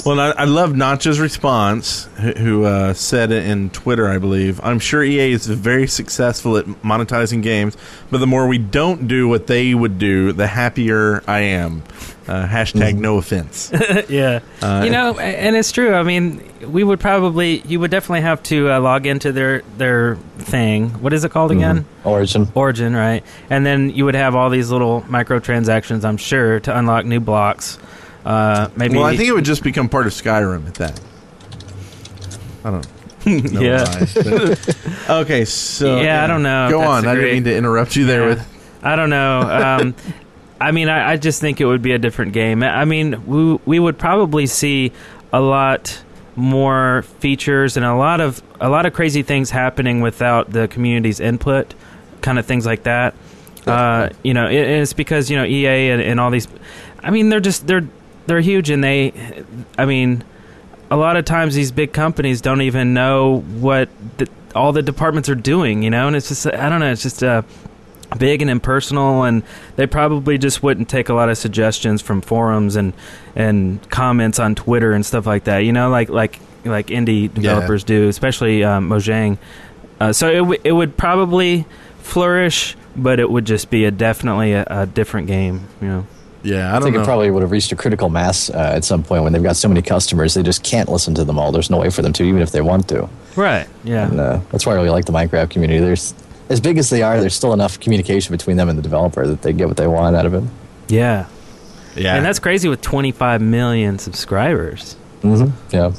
[SPEAKER 5] Well, I, I love Notch's response, who, who uh, said it in Twitter, I believe. I'm sure EA is very successful at monetizing games, but the more we don't do what they would do, the happier I am. Uh, hashtag no offense.
[SPEAKER 6] yeah.
[SPEAKER 5] Uh,
[SPEAKER 6] you know, a- and it's true. I mean, we would probably, you would definitely have to uh, log into their their thing. What is it called
[SPEAKER 5] Mm-hmm.
[SPEAKER 6] again?
[SPEAKER 7] Origin.
[SPEAKER 6] Origin, right? And then you would have all these little microtransactions, I'm sure, to unlock new blocks. Uh, maybe.
[SPEAKER 5] well, I think it would just become part of Skyrim at that. I don't know.
[SPEAKER 6] Yeah.
[SPEAKER 5] why, but- okay, so.
[SPEAKER 6] Yeah, I don't know if
[SPEAKER 5] Go
[SPEAKER 6] that's
[SPEAKER 5] on. I didn't
[SPEAKER 6] agree.
[SPEAKER 5] mean to interrupt you there
[SPEAKER 6] Yeah.
[SPEAKER 5] with.
[SPEAKER 6] I don't know. Um, I mean, I, I just think it would be a different game. I mean, we we would probably see a lot more features and a lot of a lot of crazy things happening without the community's input, kind of things like that. Uh, you know, it, it's because you know EA and, and all these. I mean, they're just they're they're huge, and they. I mean, a lot of times these big companies don't even know what the, all the departments are doing. You know, and it's just I don't know. It's just uh, big and impersonal and they probably just wouldn't take a lot of suggestions from forums and and comments on Twitter and stuff like that. You know, like like like indie developers do, especially um, Mojang. Uh, so it w- it would probably flourish, but it would just be a definitely a, a different game. You know.
[SPEAKER 5] Yeah, I
[SPEAKER 7] I
[SPEAKER 5] don't
[SPEAKER 7] think
[SPEAKER 5] know.
[SPEAKER 7] it probably would have reached a critical mass uh, at some point when they've got so many customers, they just can't listen to them all. There's no way for them to, even if they want to.
[SPEAKER 6] Right. Yeah.
[SPEAKER 7] And, uh, that's why I really like the Minecraft community. There's as big as they are, there's still enough communication between them and the developer that they get what they want out of it.
[SPEAKER 6] Yeah.
[SPEAKER 5] yeah,
[SPEAKER 6] And that's crazy with 25 million subscribers.
[SPEAKER 5] Mm-hmm.
[SPEAKER 7] Yeah.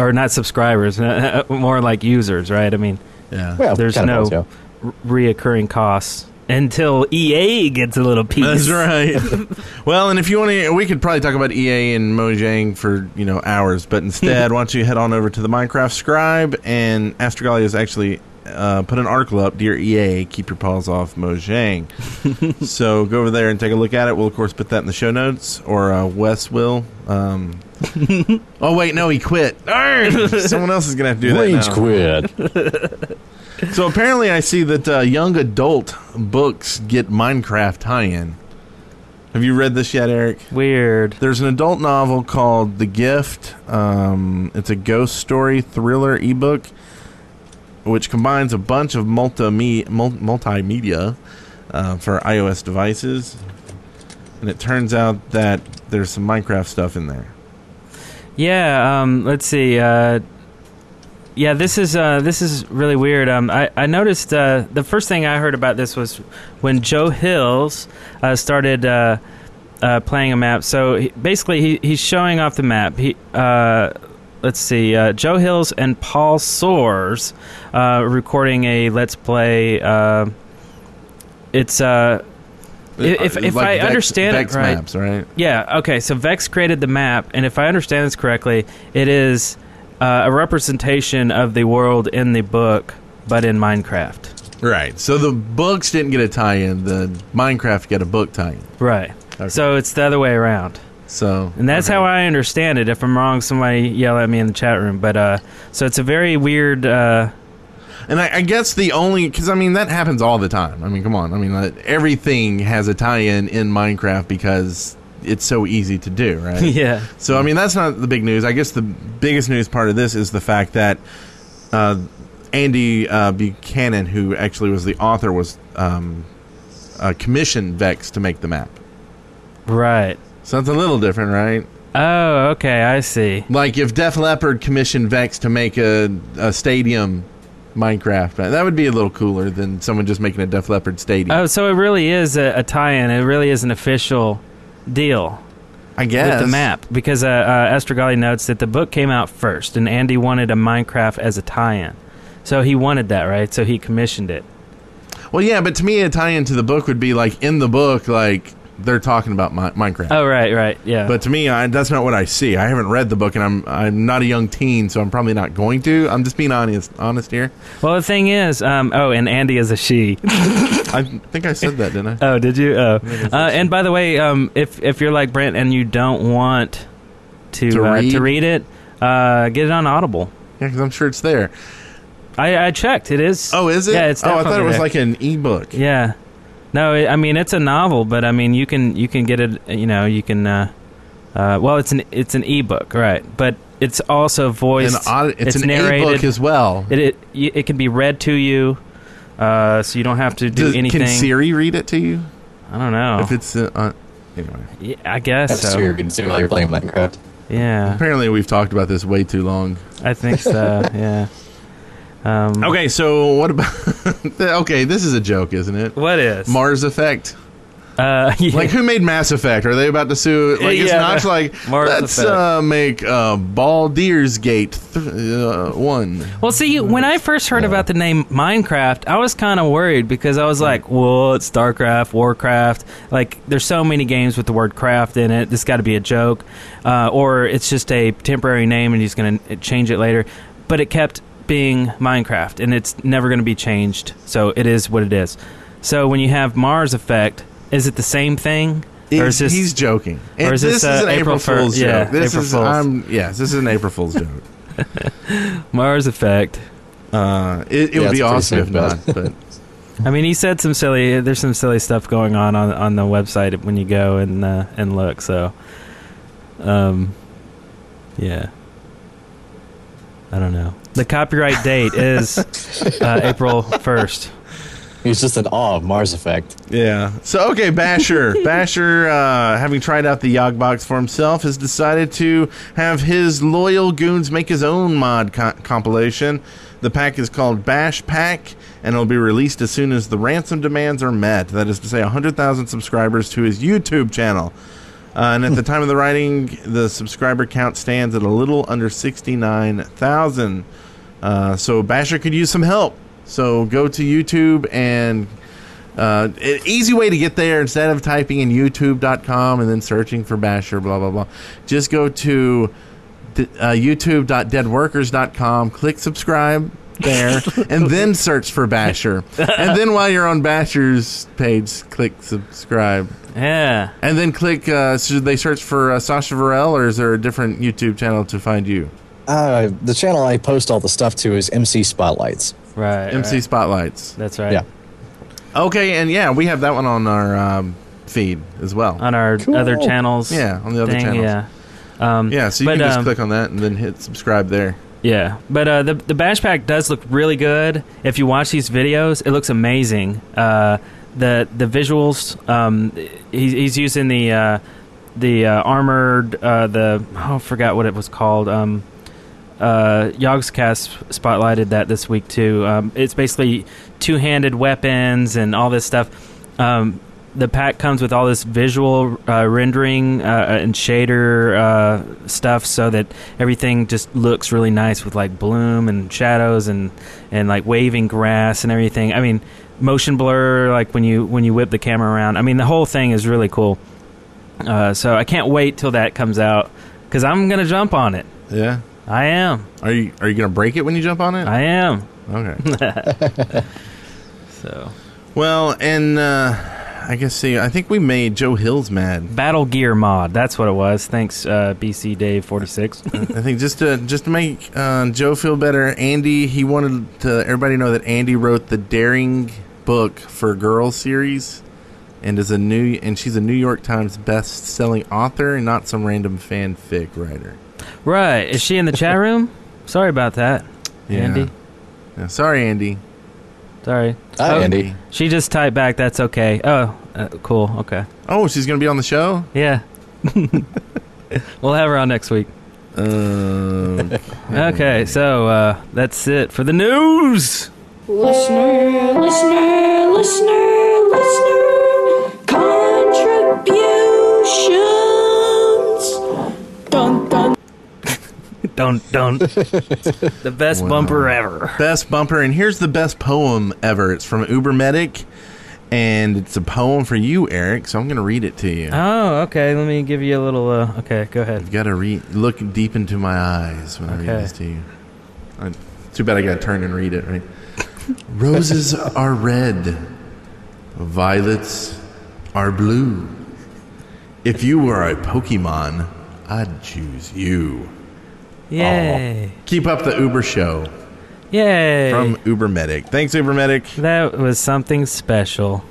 [SPEAKER 6] Or not subscribers, uh, more like users, right? I mean,
[SPEAKER 5] yeah.
[SPEAKER 7] Well,
[SPEAKER 6] there's
[SPEAKER 7] kind of
[SPEAKER 6] no
[SPEAKER 7] both, yeah.
[SPEAKER 6] r- reoccurring costs until EA gets a little piece.
[SPEAKER 5] That's right. well, and if you want to, we could probably talk about EA and Mojang for you know hours. But instead, why don't you head on over to the Minecraft Scribe and Astrogalia has actually uh, put an article up. Dear EA, keep your paws off Mojang. so go over there and take a look at it. We'll of course put that in the show notes, or uh, Wes will. Um, oh wait, no, he quit. Arrgh! Someone else is gonna have to do that.
[SPEAKER 7] Rage
[SPEAKER 5] now.
[SPEAKER 7] quit.
[SPEAKER 5] So apparently, I see that uh, young adult books get Minecraft tie-in. Have you read this yet, Eric?
[SPEAKER 6] Weird.
[SPEAKER 5] There's an adult novel called The Gift. Um, it's a ghost story thriller ebook, which combines a bunch of multime- mul- multimedia uh, for iOS devices. And it turns out that there's some Minecraft stuff in there.
[SPEAKER 6] Yeah. Um, let's see. Uh, yeah, this is uh, this is really weird. Um, I, I noticed uh, the first thing I heard about this was when Joe Hills uh, started uh, uh, playing a map. So he, basically, he, he's showing off the map. He uh, let's see, uh, Joe Hills and Paul Soares uh, recording a Let's Play. Uh, it's uh, If- if I
[SPEAKER 5] uh, Vex-
[SPEAKER 6] understand it
[SPEAKER 5] Vex
[SPEAKER 6] right-
[SPEAKER 5] maps, right?
[SPEAKER 6] Yeah. Okay. So Vex created the map, and if I understand this correctly, it is uh, a representation of the world in the book, but in Minecraft.
[SPEAKER 5] Right. So the books didn't get a tie-in. The Minecraft got a book tie-in.
[SPEAKER 6] Right. So it's the other way around,
[SPEAKER 5] So
[SPEAKER 6] and that's how I understand it. If I'm wrong, somebody yell at me in the chat room. But uh, so it's a very weird. Uh,
[SPEAKER 5] And I, I guess the only because I mean that happens all the time. I mean, come on. I mean, uh, everything has a tie-in in Minecraft because it's so easy to do, right?
[SPEAKER 6] yeah.
[SPEAKER 5] So I mean, that's not the big news. I guess the biggest news part of this is the fact that uh, Andy uh, Buchanan, who actually was the author, was um, uh, commissioned Vex to make the map.
[SPEAKER 6] Right.
[SPEAKER 5] So that's a little different, right?
[SPEAKER 6] Oh. Okay. I see.
[SPEAKER 5] Like if Def Leppard commissioned Vex to make a, a stadium Minecraft, that would be a little cooler than someone just making a Def Leppard stadium.
[SPEAKER 6] Oh, so it really is a, a tie-in. It really is an official deal.
[SPEAKER 5] I guess
[SPEAKER 6] with the map because uh, uh, Estragali notes that the book came out first, and Andy wanted a Minecraft as a tie-in, so he wanted that, right? So he commissioned it.
[SPEAKER 5] Well, yeah, but to me, a tie-in to the book would be like in the book, like they're talking about Mi- Minecraft.
[SPEAKER 6] Oh, right, right, yeah.
[SPEAKER 5] But to me, I, that's not what I see. I haven't read the book, and I'm I'm not a young teen, so I'm probably not going to. I'm just being honest honest here.
[SPEAKER 6] well, the thing is, um, oh, and Andy is a she.
[SPEAKER 5] I think I said that, didn't I?
[SPEAKER 6] Oh, did you? Oh, uh, and by the way, um, if if you're like Brent and you don't want to
[SPEAKER 5] To
[SPEAKER 6] uh, to
[SPEAKER 5] read?
[SPEAKER 6] read it, uh, get it on Audible.
[SPEAKER 5] Yeah, because I'm sure it's there.
[SPEAKER 6] I, I checked. It is.
[SPEAKER 5] Oh, is it?
[SPEAKER 6] Yeah, it's.
[SPEAKER 5] Oh, I thought it
[SPEAKER 6] definitely
[SPEAKER 5] was
[SPEAKER 6] there.
[SPEAKER 5] like an ebook.
[SPEAKER 6] Yeah. No, it, I mean it's a novel, but I mean you can you can get it. You know you can. Uh, uh, well, it's an it's an ebook, right? But it's also
[SPEAKER 5] An,
[SPEAKER 6] voiced.
[SPEAKER 5] odd- it's,
[SPEAKER 6] it's
[SPEAKER 5] an
[SPEAKER 6] narrated.
[SPEAKER 5] e-book as well.
[SPEAKER 6] it, it y- it can be read to you, uh, so you don't have to do
[SPEAKER 5] Does-
[SPEAKER 6] anything. Oh.
[SPEAKER 5] Can Siri read it to you?
[SPEAKER 6] I don't know.
[SPEAKER 5] If it's uh, uh, anyway.
[SPEAKER 6] Yeah, I guess
[SPEAKER 7] That's
[SPEAKER 6] so.
[SPEAKER 7] true. You can see while you're playing Minecraft.
[SPEAKER 6] Yeah,
[SPEAKER 5] Apparently, we've talked about this way too long.
[SPEAKER 6] I think so. yeah. Um,
[SPEAKER 5] Okay, so what about? okay, this is a joke, isn't it?
[SPEAKER 6] What is?
[SPEAKER 5] Mars Effect.
[SPEAKER 6] uh, yeah.
[SPEAKER 5] Like, who made Mass Effect? Are they about to sue? Like, it's
[SPEAKER 6] Yeah.
[SPEAKER 5] not like
[SPEAKER 6] Mars
[SPEAKER 5] let's
[SPEAKER 6] Effect.
[SPEAKER 5] uh, make uh, Baldur's Gate th- uh, one.
[SPEAKER 6] Well, see, when I first heard about the name Minecraft, I was kind of worried because I was like, "Well, it's StarCraft, Warcraft. Like, there's so many games with the word craft in it. This got to be a joke, uh, or it's just a temporary name and he's going to change it later." But it kept being Minecraft, and it's never going to be changed. So it is what it is. So when you have Mars Effect, is it the same thing, or
[SPEAKER 5] He's,
[SPEAKER 6] is this?
[SPEAKER 5] he's joking.
[SPEAKER 6] or is this, uh,
[SPEAKER 5] an April,
[SPEAKER 6] April fir-
[SPEAKER 5] Fool's joke.
[SPEAKER 6] yeah,
[SPEAKER 5] this
[SPEAKER 6] April
[SPEAKER 5] is
[SPEAKER 6] Fool's.
[SPEAKER 5] um, yes, this is an April Fool's joke.
[SPEAKER 6] Mars Effect.
[SPEAKER 5] Uh, it it Uh, would
[SPEAKER 7] Yeah, it's
[SPEAKER 5] be
[SPEAKER 7] pretty
[SPEAKER 5] awesome if
[SPEAKER 7] simple.
[SPEAKER 5] not, but
[SPEAKER 6] I mean, he said some silly. There's some silly stuff going on on, on the website when you go and uh, and look. So, um, yeah. I don't know. The copyright date is uh, April first.
[SPEAKER 7] He's just in awe of Mars Effect.
[SPEAKER 5] Yeah. So okay, Basher. Basher, uh, having tried out the Yog box for himself, has decided to have his loyal goons make his own mod co- compilation. The pack is called Bash Pack, and it'll be released as soon as the ransom demands are met. That is to say, 100,000 subscribers to his YouTube channel. Uh, and at the time of the writing, the subscriber count stands at a little under 69,000. Uh, so Basher could use some help. So go to YouTube and uh, an easy way to get there instead of typing in youtube.com and then searching for Basher, blah, blah, blah. Just go to d- uh, youtube.deadworkers.com, click subscribe there, and then search for Basher. And then while you're on Basher's page, click subscribe.
[SPEAKER 6] Yeah.
[SPEAKER 5] And then click, uh, should they search for uh, Sasha Varel or is there a different YouTube channel to find you?
[SPEAKER 7] Uh, the channel I post all the stuff to is MC Spotlights.
[SPEAKER 6] Right.
[SPEAKER 5] MC
[SPEAKER 6] right.
[SPEAKER 5] Spotlights.
[SPEAKER 6] That's right.
[SPEAKER 7] Yeah.
[SPEAKER 5] Okay, and yeah, we have that one on our um, feed as well.
[SPEAKER 6] On our other channels.
[SPEAKER 5] Yeah, on the other
[SPEAKER 6] thing,
[SPEAKER 5] channels.
[SPEAKER 6] Uh, Yeah. Um,
[SPEAKER 5] Yeah, so you
[SPEAKER 6] but,
[SPEAKER 5] can just
[SPEAKER 6] um,
[SPEAKER 5] click on that and then hit subscribe there.
[SPEAKER 6] Yeah, but uh, the the bash pack does look really good. If you watch these videos, it looks amazing. Uh, the the visuals. Um, he's, he's using the uh, the uh, armored uh, the oh, I forgot what it was called. Um, uh, Yogscast spotlighted that this week too. Um, it's basically two handed weapons and all this stuff. Um, the pack comes with all this visual uh, rendering uh, and shader uh, stuff, so that everything just looks really nice with like bloom and shadows and and like waving grass and everything. I mean, motion blur like when you when you whip the camera around. I mean, the whole thing is really cool. Uh, so I can't wait till that comes out because I'm gonna jump on it.
[SPEAKER 5] Yeah.
[SPEAKER 6] I am.
[SPEAKER 5] Are you are you gonna break it when you jump on it?
[SPEAKER 6] I am.
[SPEAKER 5] okay.
[SPEAKER 6] So
[SPEAKER 5] well, and uh, I guess see, I think we made Joe Hills mad.
[SPEAKER 6] Battle Gear mod. That's what it was. Thanks, uh, BC Dave forty six.
[SPEAKER 5] I think just to just to make uh, Joe feel better, Andy he wanted to everybody know that Andy wrote the Daring book for girls series, and is a new and she's a New York Times best selling author and not some random fanfic writer.
[SPEAKER 6] right? Is she in the chat room? Sorry about that,
[SPEAKER 5] Yeah.
[SPEAKER 6] Andy.
[SPEAKER 5] Yeah, sorry, Andy.
[SPEAKER 6] Sorry.
[SPEAKER 7] Hi,
[SPEAKER 6] Oh,
[SPEAKER 7] Andy.
[SPEAKER 6] She just typed back. That's okay. Oh, uh, cool. Okay.
[SPEAKER 5] Oh, she's gonna be on the show.
[SPEAKER 6] Yeah. we'll have her on next week.
[SPEAKER 5] Um,
[SPEAKER 6] Okay. So uh, that's it for the news.
[SPEAKER 8] Listener, listener, listener, listener, contributions. Dun dun.
[SPEAKER 6] Don't don't. the best bumper ever.
[SPEAKER 5] best bumper, and here's the best poem ever. It's from Uber Medic, and it's a poem for you, Eric. So I'm gonna read it to you.
[SPEAKER 6] Oh, okay. Let me give you a little. Uh, okay, go ahead.
[SPEAKER 5] You gotta re- look deep into my eyes when I
[SPEAKER 6] Okay.
[SPEAKER 5] read this to you. I, too bad I gotta turn and read it, right? Roses are red, violets are blue. If you were a Pokemon, I'd choose you.
[SPEAKER 6] Yay!
[SPEAKER 5] Keep up the Uber show
[SPEAKER 6] Yay!
[SPEAKER 5] from Uber Medic. Thanks, Uber Medic.
[SPEAKER 6] That was something special.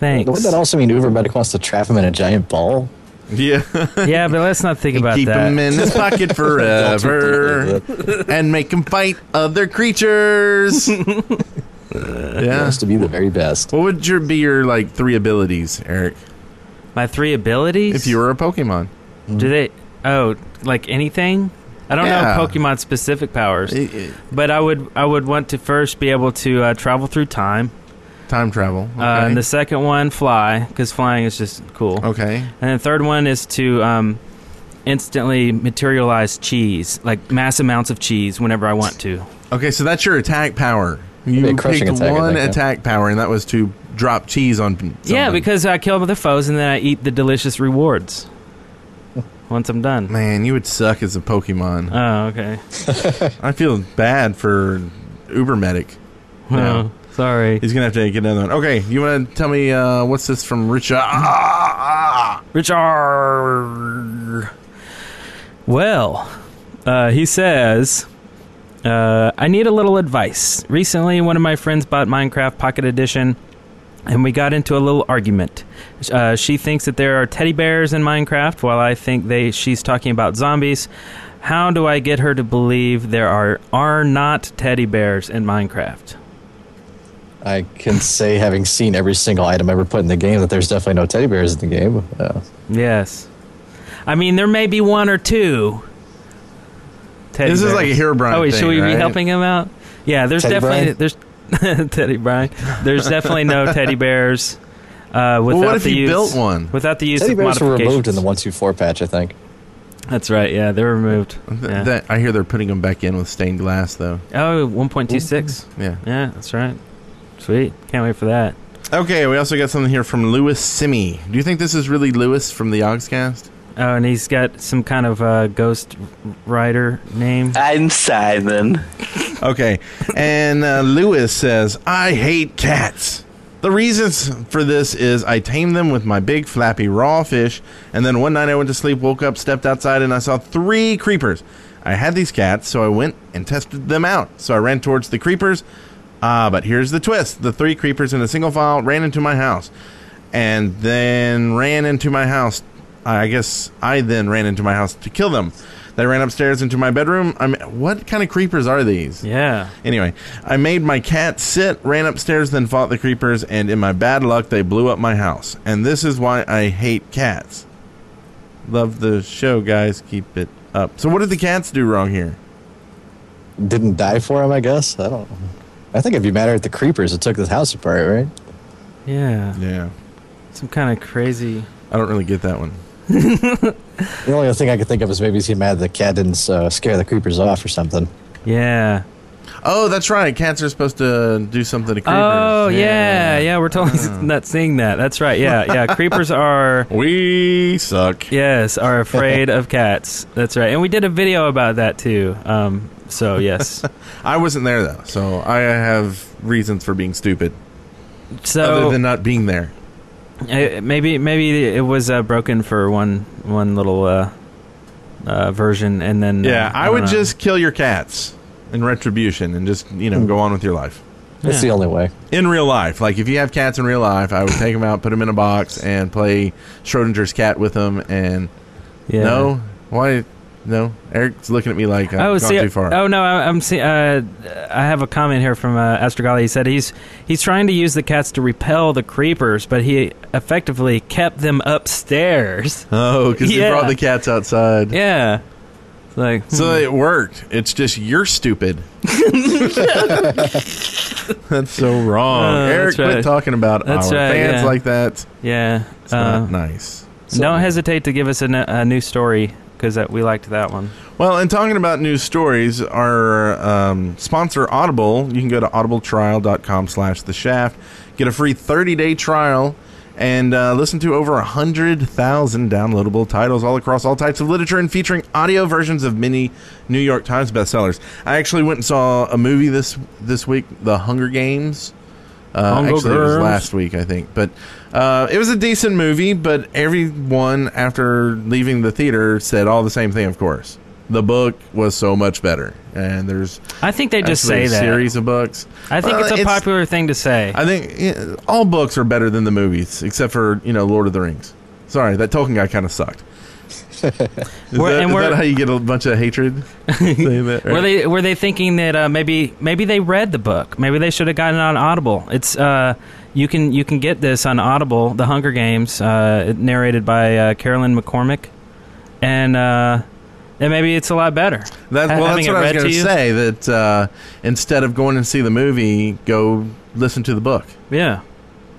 [SPEAKER 7] Would
[SPEAKER 6] Thanks.
[SPEAKER 7] that also mean Uber Medic wants to trap him in a giant ball?
[SPEAKER 5] Yeah.
[SPEAKER 6] yeah, but let's not think about
[SPEAKER 5] Keep
[SPEAKER 6] that.
[SPEAKER 5] him in his pocket forever and make him fight other creatures. Uh,
[SPEAKER 7] He
[SPEAKER 5] yeah.
[SPEAKER 7] wants to be the very best.
[SPEAKER 5] What would your be your like three abilities, Eric?
[SPEAKER 6] My three abilities.
[SPEAKER 5] If you were a Pokemon,
[SPEAKER 6] do they? Oh, like anything? I don't
[SPEAKER 5] Yeah.
[SPEAKER 6] know Pokemon specific powers,
[SPEAKER 5] It- it-
[SPEAKER 6] but I would I would want to first be able to uh, travel through time.
[SPEAKER 5] time travel. Okay. Oh.
[SPEAKER 6] Uh, and the second one, fly, because flying is just cool.
[SPEAKER 5] okay.
[SPEAKER 6] And the third one is to um, instantly materialize cheese, like mass amounts of cheese, whenever I want to.
[SPEAKER 5] Okay. So that's your attack power.
[SPEAKER 7] be
[SPEAKER 5] You
[SPEAKER 7] a crushing
[SPEAKER 5] picked
[SPEAKER 7] attack, I
[SPEAKER 5] one
[SPEAKER 7] think, yeah.
[SPEAKER 5] attack power, and that was to drop cheese on. something.
[SPEAKER 6] Yeah, because I kill the foes and then I eat the delicious rewards once I'm done.
[SPEAKER 5] man, you would suck as a Pokemon.
[SPEAKER 6] Oh, okay.
[SPEAKER 5] I feel bad for Uber Medic. No.
[SPEAKER 6] Oh, sorry.
[SPEAKER 5] He's gonna have to get another one. Okay, you want to tell me uh, what's this from Richard? Ah, ah,
[SPEAKER 6] Richard. Well, uh, he says, Uh, I need a little advice. Recently, one of my friends bought Minecraft Pocket Edition, and we got into a little argument. Uh, she thinks that there are teddy bears in Minecraft, while I think they she's talking about zombies. How do I get her to believe there are are not teddy bears in Minecraft?
[SPEAKER 7] I can say, having seen every single item ever put in the game, that there's definitely no teddy bears in the game. Uh,
[SPEAKER 6] Yes, I mean there may be one or two. Teddy
[SPEAKER 5] This is
[SPEAKER 6] bears.
[SPEAKER 5] like a hero Brian.
[SPEAKER 6] Oh wait,
[SPEAKER 5] thing,
[SPEAKER 6] should we
[SPEAKER 5] right?
[SPEAKER 6] be helping him out? Yeah, there's
[SPEAKER 7] Teddy
[SPEAKER 6] definitely there's Teddy Brian. There's definitely no teddy bears. Uh, without
[SPEAKER 5] Well, what if
[SPEAKER 6] the
[SPEAKER 5] he
[SPEAKER 6] use,
[SPEAKER 5] built one?
[SPEAKER 6] Without the use
[SPEAKER 7] teddy
[SPEAKER 6] of
[SPEAKER 7] bears were
[SPEAKER 6] modifications.
[SPEAKER 7] removed in the 124 patch, I think.
[SPEAKER 6] That's right. Yeah, they're removed.
[SPEAKER 5] Th-
[SPEAKER 6] Yeah.
[SPEAKER 5] that- I hear they're putting them back in with stained glass, though.
[SPEAKER 6] oh, 1.26.
[SPEAKER 5] Yeah.
[SPEAKER 6] Yeah, that's right. Sweet. Can't wait for that.
[SPEAKER 5] Okay, we also got something here from Lewis Simi. Do you think this is really Lewis from the Ogscast?
[SPEAKER 6] Oh, and he's got some kind of uh, ghost rider name.
[SPEAKER 9] I'm Simon.
[SPEAKER 5] Okay, and uh, Lewis says, I hate cats. The reasons for this is I tamed them with my big flappy raw fish, and then one night I went to sleep, woke up, stepped outside, and I saw three creepers. I had these cats, so I went and tested them out. So I ran towards the creepers. Ah, but here's the twist the three creepers in a single file ran into my house, and then ran into my house. I guess I then ran into my house to kill them. They ran upstairs into my bedroom. I mean, what kind of creepers are these?
[SPEAKER 6] Yeah.
[SPEAKER 5] Anyway, I made my cat sit, ran upstairs, then fought the creepers, and in my bad luck, they blew up my house. And this is why I hate cats. Love the show, guys. Keep it up. So, what did the cats do wrong here?
[SPEAKER 7] Didn't die for him, I guess. I don't. I think it'd be madder at the creepers that took this house apart, right?
[SPEAKER 6] Yeah.
[SPEAKER 5] Yeah,
[SPEAKER 6] Some kind of crazy.
[SPEAKER 5] I don't really get that one.
[SPEAKER 7] The only other thing I could think of is maybe he's mad that the cat didn't uh, scare the creepers off or something.
[SPEAKER 6] Yeah.
[SPEAKER 5] Oh, that's right. Cats are supposed to do something to creepers.
[SPEAKER 6] Oh yeah, yeah. we're totally not seeing that. That's right. Yeah, yeah. Creepers are
[SPEAKER 5] We suck.
[SPEAKER 6] yes are afraid of cats. That's right. And we did a video about that too. Um. So yes.
[SPEAKER 5] I wasn't there though, so I have reasons for being stupid, other
[SPEAKER 6] So
[SPEAKER 5] than not being there.
[SPEAKER 6] uh, maybe maybe it was uh, broken for one one little uh, uh, version, and then uh,
[SPEAKER 5] Yeah, I
[SPEAKER 6] don't
[SPEAKER 5] would
[SPEAKER 6] know.
[SPEAKER 5] just kill your cats in retribution and just you know go on with your life.
[SPEAKER 7] That's the only way.
[SPEAKER 5] in real life. Like if you have cats in real life, I would take them out, put them in a box, and play Schrodinger's cat with them. And
[SPEAKER 6] yeah.
[SPEAKER 5] no, why? No, Eric's looking at me like I've
[SPEAKER 6] Oh,
[SPEAKER 5] gone
[SPEAKER 6] see,
[SPEAKER 5] too far.
[SPEAKER 6] oh no, I, I'm see, uh, I have a comment here from uh, Astrogali. He said he's he's trying to use the cats to repel the creepers, but he effectively kept them upstairs.
[SPEAKER 5] Oh, because
[SPEAKER 6] Yeah.
[SPEAKER 5] you brought the cats outside.
[SPEAKER 6] Yeah, It's like hmm.
[SPEAKER 5] So it worked. It's just you're stupid. that's so wrong,
[SPEAKER 6] Uh, that's
[SPEAKER 5] Eric. Quit
[SPEAKER 6] right.
[SPEAKER 5] talking about
[SPEAKER 6] That's
[SPEAKER 5] our
[SPEAKER 6] right,
[SPEAKER 5] fans
[SPEAKER 6] yeah.
[SPEAKER 5] like that.
[SPEAKER 6] yeah.
[SPEAKER 5] It's
[SPEAKER 6] Uh,
[SPEAKER 5] not nice.
[SPEAKER 6] don't hesitate to give us a, n- a new story because we liked that one.
[SPEAKER 5] Well, and talking about news stories, our um, sponsor Audible, you can go to audibletrial.com slash the shaft, get a free 30-day trial, and uh, listen to over 100,000 downloadable titles all across all types of literature and featuring audio versions of many New York Times bestsellers. I actually went and saw a movie this this week, The Hunger Games. Uh,
[SPEAKER 6] Hunger
[SPEAKER 5] actually, it was
[SPEAKER 6] Games.
[SPEAKER 5] last week, I think. But uh, it was a decent movie, but everyone after leaving the theater said all the same thing, of course. The book was so much better. And there's
[SPEAKER 6] I think they just
[SPEAKER 5] actually
[SPEAKER 6] say that.
[SPEAKER 5] a series of books.
[SPEAKER 6] I think
[SPEAKER 5] Well,
[SPEAKER 6] it's a popular thing to say.
[SPEAKER 5] I think yeah, all books are better than the movies, except for, you know, Lord of the Rings. Sorry, that Tolkien guy kind of sucked. is
[SPEAKER 6] We're-
[SPEAKER 5] that,
[SPEAKER 6] and
[SPEAKER 5] is
[SPEAKER 6] we're-
[SPEAKER 5] that how you get a bunch of hatred? Saying that,
[SPEAKER 6] Were
[SPEAKER 5] right?
[SPEAKER 6] they were they thinking that uh, maybe maybe they read the book? Maybe they should have gotten it on Audible. It's uh, you can you can get this on Audible, The Hunger Games, uh, narrated by uh, Carolyn McCormick, and uh, and maybe it's a lot better.
[SPEAKER 5] That,
[SPEAKER 6] Ha-
[SPEAKER 5] well,
[SPEAKER 6] having
[SPEAKER 5] that's
[SPEAKER 6] it
[SPEAKER 5] what I was
[SPEAKER 6] read to
[SPEAKER 5] going to
[SPEAKER 6] you?
[SPEAKER 5] say. That uh, instead of going and see the movie, go listen to the book,
[SPEAKER 6] Yeah,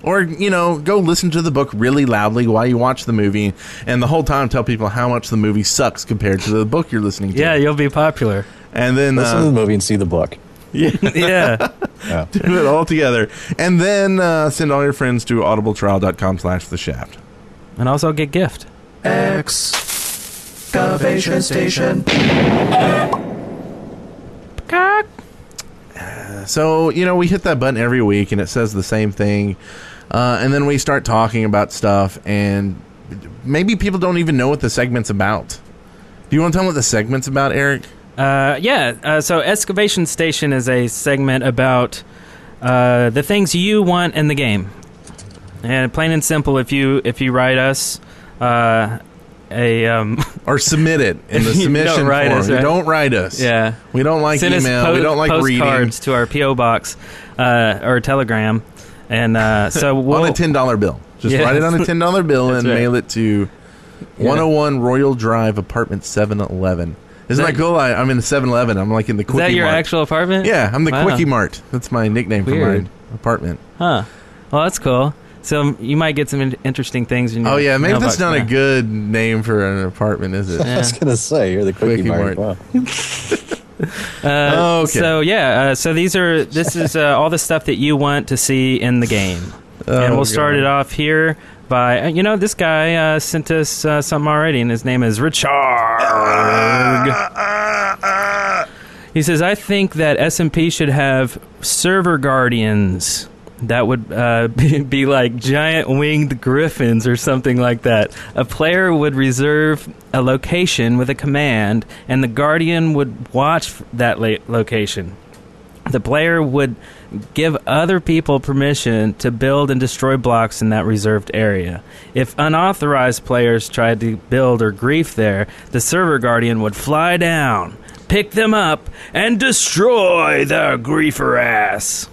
[SPEAKER 5] or you know, go listen to the book really loudly while you watch the movie, and the whole time tell people how much the movie sucks compared to the book you're listening to.
[SPEAKER 6] yeah, you'll be popular.
[SPEAKER 5] and then
[SPEAKER 7] Listen to the
[SPEAKER 5] uh,
[SPEAKER 7] movie and see the book.
[SPEAKER 6] yeah,
[SPEAKER 7] Yeah.
[SPEAKER 5] do it all together, and then uh, send all your friends to audibletrial.com/slash/the shaft.
[SPEAKER 6] and also get gift.
[SPEAKER 9] Excavation station.
[SPEAKER 5] So, you know, we hit that button every week and it says the same thing. Uh, and then we start talking about stuff, and maybe people don't even know what the segment's about. Do you want to tell them what the segment's about, Eric?
[SPEAKER 6] Uh, yeah. Uh, so, excavation station is a segment about uh, the things you want in the game, and plain and simple. If you if you write us uh, a um,
[SPEAKER 5] or submit it in the submission form. You don't write us.
[SPEAKER 6] Yeah.
[SPEAKER 5] We don't like
[SPEAKER 6] Send us
[SPEAKER 5] email. we
[SPEAKER 6] po-
[SPEAKER 5] don't like reading.
[SPEAKER 6] postcards to our PO box uh, or Telegram, and uh, so we'll,
[SPEAKER 5] on a ten dollar bill. Just
[SPEAKER 6] Yeah.
[SPEAKER 5] write it on a ten dollar bill
[SPEAKER 6] That's
[SPEAKER 5] and
[SPEAKER 6] right.
[SPEAKER 5] mail it to
[SPEAKER 6] Yeah.
[SPEAKER 5] 101 Royal Drive, Apartment 711. Isn't that,
[SPEAKER 6] That-
[SPEAKER 5] cool? I, I'm in the 7-Eleven. I'm like in the
[SPEAKER 6] Is
[SPEAKER 5] Quickie
[SPEAKER 6] that your
[SPEAKER 5] Mart.
[SPEAKER 6] actual apartment?
[SPEAKER 5] Yeah, I'm the
[SPEAKER 6] Wow.
[SPEAKER 5] Quickie Mart. That's my nickname
[SPEAKER 6] Weird.
[SPEAKER 5] for my apartment.
[SPEAKER 6] Huh. Well, that's cool. So you might get some in- interesting things. In your
[SPEAKER 5] Oh yeah, maybe
[SPEAKER 6] mailbox
[SPEAKER 5] that's not a
[SPEAKER 6] now.
[SPEAKER 5] good name for an apartment, is it?
[SPEAKER 6] Yeah. I was
[SPEAKER 7] gonna say you're the Quickie,
[SPEAKER 5] Quickie
[SPEAKER 7] Mart.
[SPEAKER 5] Mart.
[SPEAKER 7] Wow.
[SPEAKER 6] Uh,
[SPEAKER 5] Oh, okay.
[SPEAKER 6] So yeah, uh, so these are this is uh, all the stuff that you want to see in the game, and
[SPEAKER 5] Oh,
[SPEAKER 6] we'll start
[SPEAKER 5] God.
[SPEAKER 6] it off here by uh, you know this guy uh, sent us uh, something already, and his name is Richard. He says, "I think that S and P should have server guardians." That would uh, be, be like giant winged griffins or something like that. A player would reserve a location with a command, and the guardian would watch that la- location. The player would give other people permission to build and destroy blocks in that reserved area. If unauthorized players tried to build or grief there, the server guardian would fly down, pick them up, and destroy the griefer ass.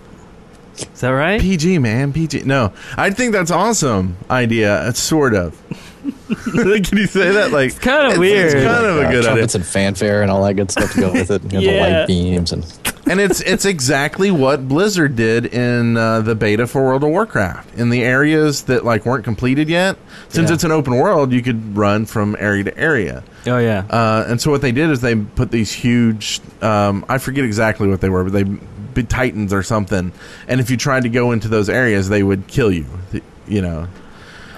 [SPEAKER 6] Is that right?
[SPEAKER 5] PG man, PG. No, I think that's awesome idea. uh, Sort of. Can you say that? Like, it's
[SPEAKER 6] kind of weird.
[SPEAKER 5] It's kind of a good
[SPEAKER 7] Uh,
[SPEAKER 5] idea.
[SPEAKER 7] trumpets and fanfare and all that good stuff to go with it. You know, The
[SPEAKER 6] Yeah.
[SPEAKER 7] light beams and
[SPEAKER 5] and it's it's exactly what Blizzard did in uh, the beta for World of Warcraft in the areas that like weren't completed yet. Since
[SPEAKER 6] Yeah.
[SPEAKER 5] it's an open world, you could run from area to area.
[SPEAKER 6] Oh yeah.
[SPEAKER 5] Uh, and so what they did is they put these huge um, I forget exactly what they were, but they big titans or something. And if you tried to go into those areas, they would kill you. th- You know,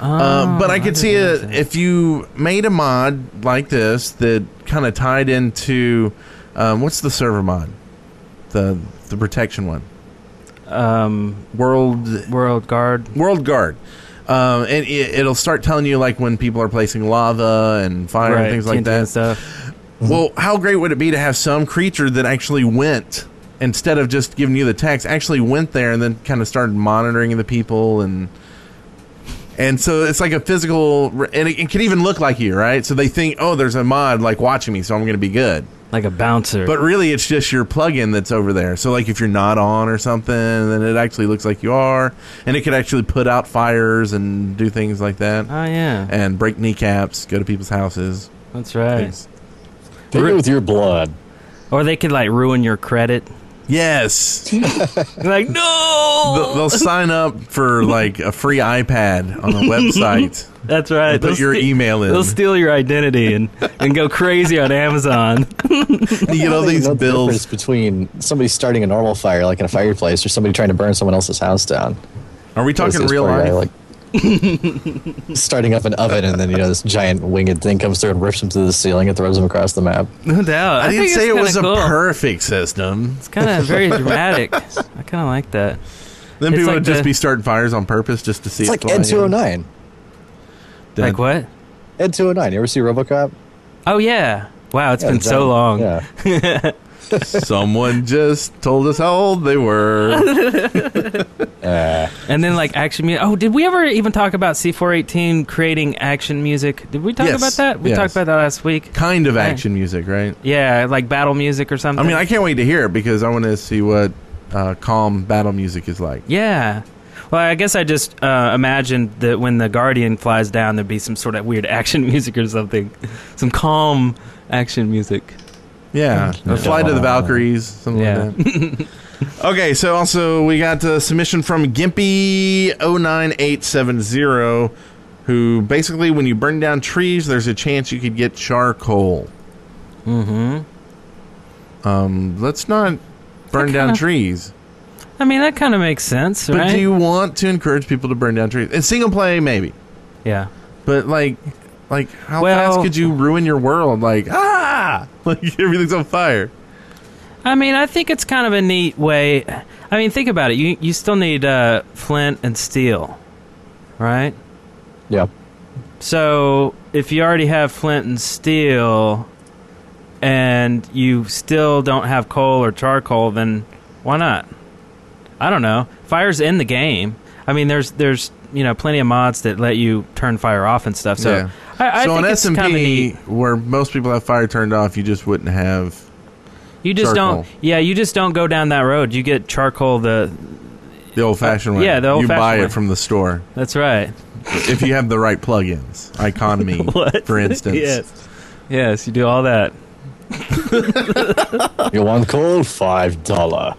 [SPEAKER 6] Oh,
[SPEAKER 5] um, but I could see it if you made a mod like this that kind of tied into um, what's the server mod, the the protection one,
[SPEAKER 6] Um,
[SPEAKER 5] world
[SPEAKER 6] World Guard.
[SPEAKER 5] world guard, um, and it, it'll start telling you like when people are placing lava and fire and things like
[SPEAKER 6] TNT
[SPEAKER 5] that.
[SPEAKER 6] and stuff.
[SPEAKER 5] Well, how great would it be to have some creature that actually went instead of just giving you the text, actually went there and then kind of started monitoring the people and and so it's like a physical and it, it can even look like you, right? So they think, "Oh, there's a mod like watching me, so I'm going to be good."
[SPEAKER 6] Like a bouncer.
[SPEAKER 5] But really it's just your plugin that's over there. So like if you're not on or something, then it actually looks like you are and it could actually put out fires and do things like that
[SPEAKER 6] oh yeah.
[SPEAKER 5] and break kneecaps, go to people's houses.
[SPEAKER 6] That's right.
[SPEAKER 5] things.
[SPEAKER 7] Take it with your blood.
[SPEAKER 6] Or they could like ruin your credit.
[SPEAKER 5] Yes.
[SPEAKER 6] like no.
[SPEAKER 5] They'll, they'll sign up for like a free iPad on a website.
[SPEAKER 6] That's right.
[SPEAKER 5] Put
[SPEAKER 6] They'll
[SPEAKER 5] your
[SPEAKER 6] ste-
[SPEAKER 5] email in.
[SPEAKER 6] They'll steal your identity and, and go crazy on Amazon.
[SPEAKER 5] you get all
[SPEAKER 7] I think
[SPEAKER 5] these
[SPEAKER 7] that's the
[SPEAKER 5] bills.
[SPEAKER 7] difference between somebody starting a normal fire, like in a fireplace, or somebody trying to burn someone else's house down.
[SPEAKER 5] Are we talking
[SPEAKER 7] Versus
[SPEAKER 5] real
[SPEAKER 7] where
[SPEAKER 5] life?
[SPEAKER 7] you're, like starting up an oven, and then you know this giant winged thing comes through and rips him to the ceiling and throws him across the map.
[SPEAKER 6] No doubt.
[SPEAKER 5] I,
[SPEAKER 6] think
[SPEAKER 5] didn't
[SPEAKER 6] it's
[SPEAKER 5] say it
[SPEAKER 6] kinda
[SPEAKER 5] was
[SPEAKER 6] cool.
[SPEAKER 5] a perfect system.
[SPEAKER 6] It's kind of very dramatic. I kind of like that.
[SPEAKER 5] Then
[SPEAKER 6] It's
[SPEAKER 5] people
[SPEAKER 6] like
[SPEAKER 5] would just
[SPEAKER 6] the-
[SPEAKER 5] be starting fires on purpose just to see.
[SPEAKER 7] It's
[SPEAKER 5] it
[SPEAKER 7] like
[SPEAKER 5] fly
[SPEAKER 7] Ed
[SPEAKER 5] in.
[SPEAKER 7] two hundred nine.
[SPEAKER 5] Then-
[SPEAKER 6] Like what?
[SPEAKER 7] Ed two hundred nine. You ever see RoboCop?
[SPEAKER 6] Oh yeah. Wow, it's
[SPEAKER 7] Yeah,
[SPEAKER 6] been
[SPEAKER 7] it's
[SPEAKER 6] so
[SPEAKER 7] that-
[SPEAKER 6] long.
[SPEAKER 7] Yeah.
[SPEAKER 5] Someone just told us how old they were.
[SPEAKER 6] And then like action music. Oh, did we ever even talk about C418 creating action music? Did we talk
[SPEAKER 5] Yes.
[SPEAKER 6] about that? We
[SPEAKER 5] Yes.
[SPEAKER 6] talked about that last week.
[SPEAKER 5] kind of action music, right?
[SPEAKER 6] Yeah, like battle music or
[SPEAKER 5] I
[SPEAKER 6] something.
[SPEAKER 5] mean, I can't wait to hear it because I want to see what uh, calm battle music is like.
[SPEAKER 6] Yeah. Well, I guess I just uh, imagined that when the Guardian flies down, there'd be some sort of weird action music or something, some calm action music.
[SPEAKER 5] Yeah, or Fly to the Valkyries, something
[SPEAKER 6] Yeah.
[SPEAKER 5] like that. okay, so also we got a submission from Gimpy09870, who basically, when you burn down trees, there's a chance you could get charcoal. Mm-hmm. Um, let's not burn down trees.
[SPEAKER 6] I mean, that kind of makes sense,
[SPEAKER 5] But
[SPEAKER 6] right?
[SPEAKER 5] do you want to encourage people to burn down trees? In single play, maybe.
[SPEAKER 6] yeah.
[SPEAKER 5] But like, like how
[SPEAKER 6] Well-
[SPEAKER 5] fast could you ruin your world? Like ah, like everything's on fire.
[SPEAKER 6] I mean, I think it's kind of a neat way. I mean, think about it. You you still need uh, flint and steel, right?
[SPEAKER 7] Yeah.
[SPEAKER 6] So if you already have flint and steel, and you still don't have coal or charcoal, then why not? I don't know. Fire's in the game. I mean, there's there's you know plenty of mods that let you turn fire off and stuff. So
[SPEAKER 5] Yeah.
[SPEAKER 6] I, I
[SPEAKER 5] so
[SPEAKER 6] think
[SPEAKER 5] on
[SPEAKER 6] it's
[SPEAKER 5] S&P,
[SPEAKER 6] kind of neat.
[SPEAKER 5] where most people have fire turned off, you just wouldn't have.
[SPEAKER 6] You just
[SPEAKER 5] charcoal.
[SPEAKER 6] don't. Yeah, you just don't go down that road. You get charcoal. The
[SPEAKER 5] The old-fashioned
[SPEAKER 6] Uh,
[SPEAKER 5] way.
[SPEAKER 6] yeah, the
[SPEAKER 5] You
[SPEAKER 6] old-fashioned
[SPEAKER 5] buy
[SPEAKER 6] way.
[SPEAKER 5] it from the store
[SPEAKER 6] that's right.
[SPEAKER 5] if you have the right plugins. Iconomy,
[SPEAKER 6] What?
[SPEAKER 5] for instance.
[SPEAKER 6] yes. Yes, you do all that.
[SPEAKER 7] You want coal? Five dollar.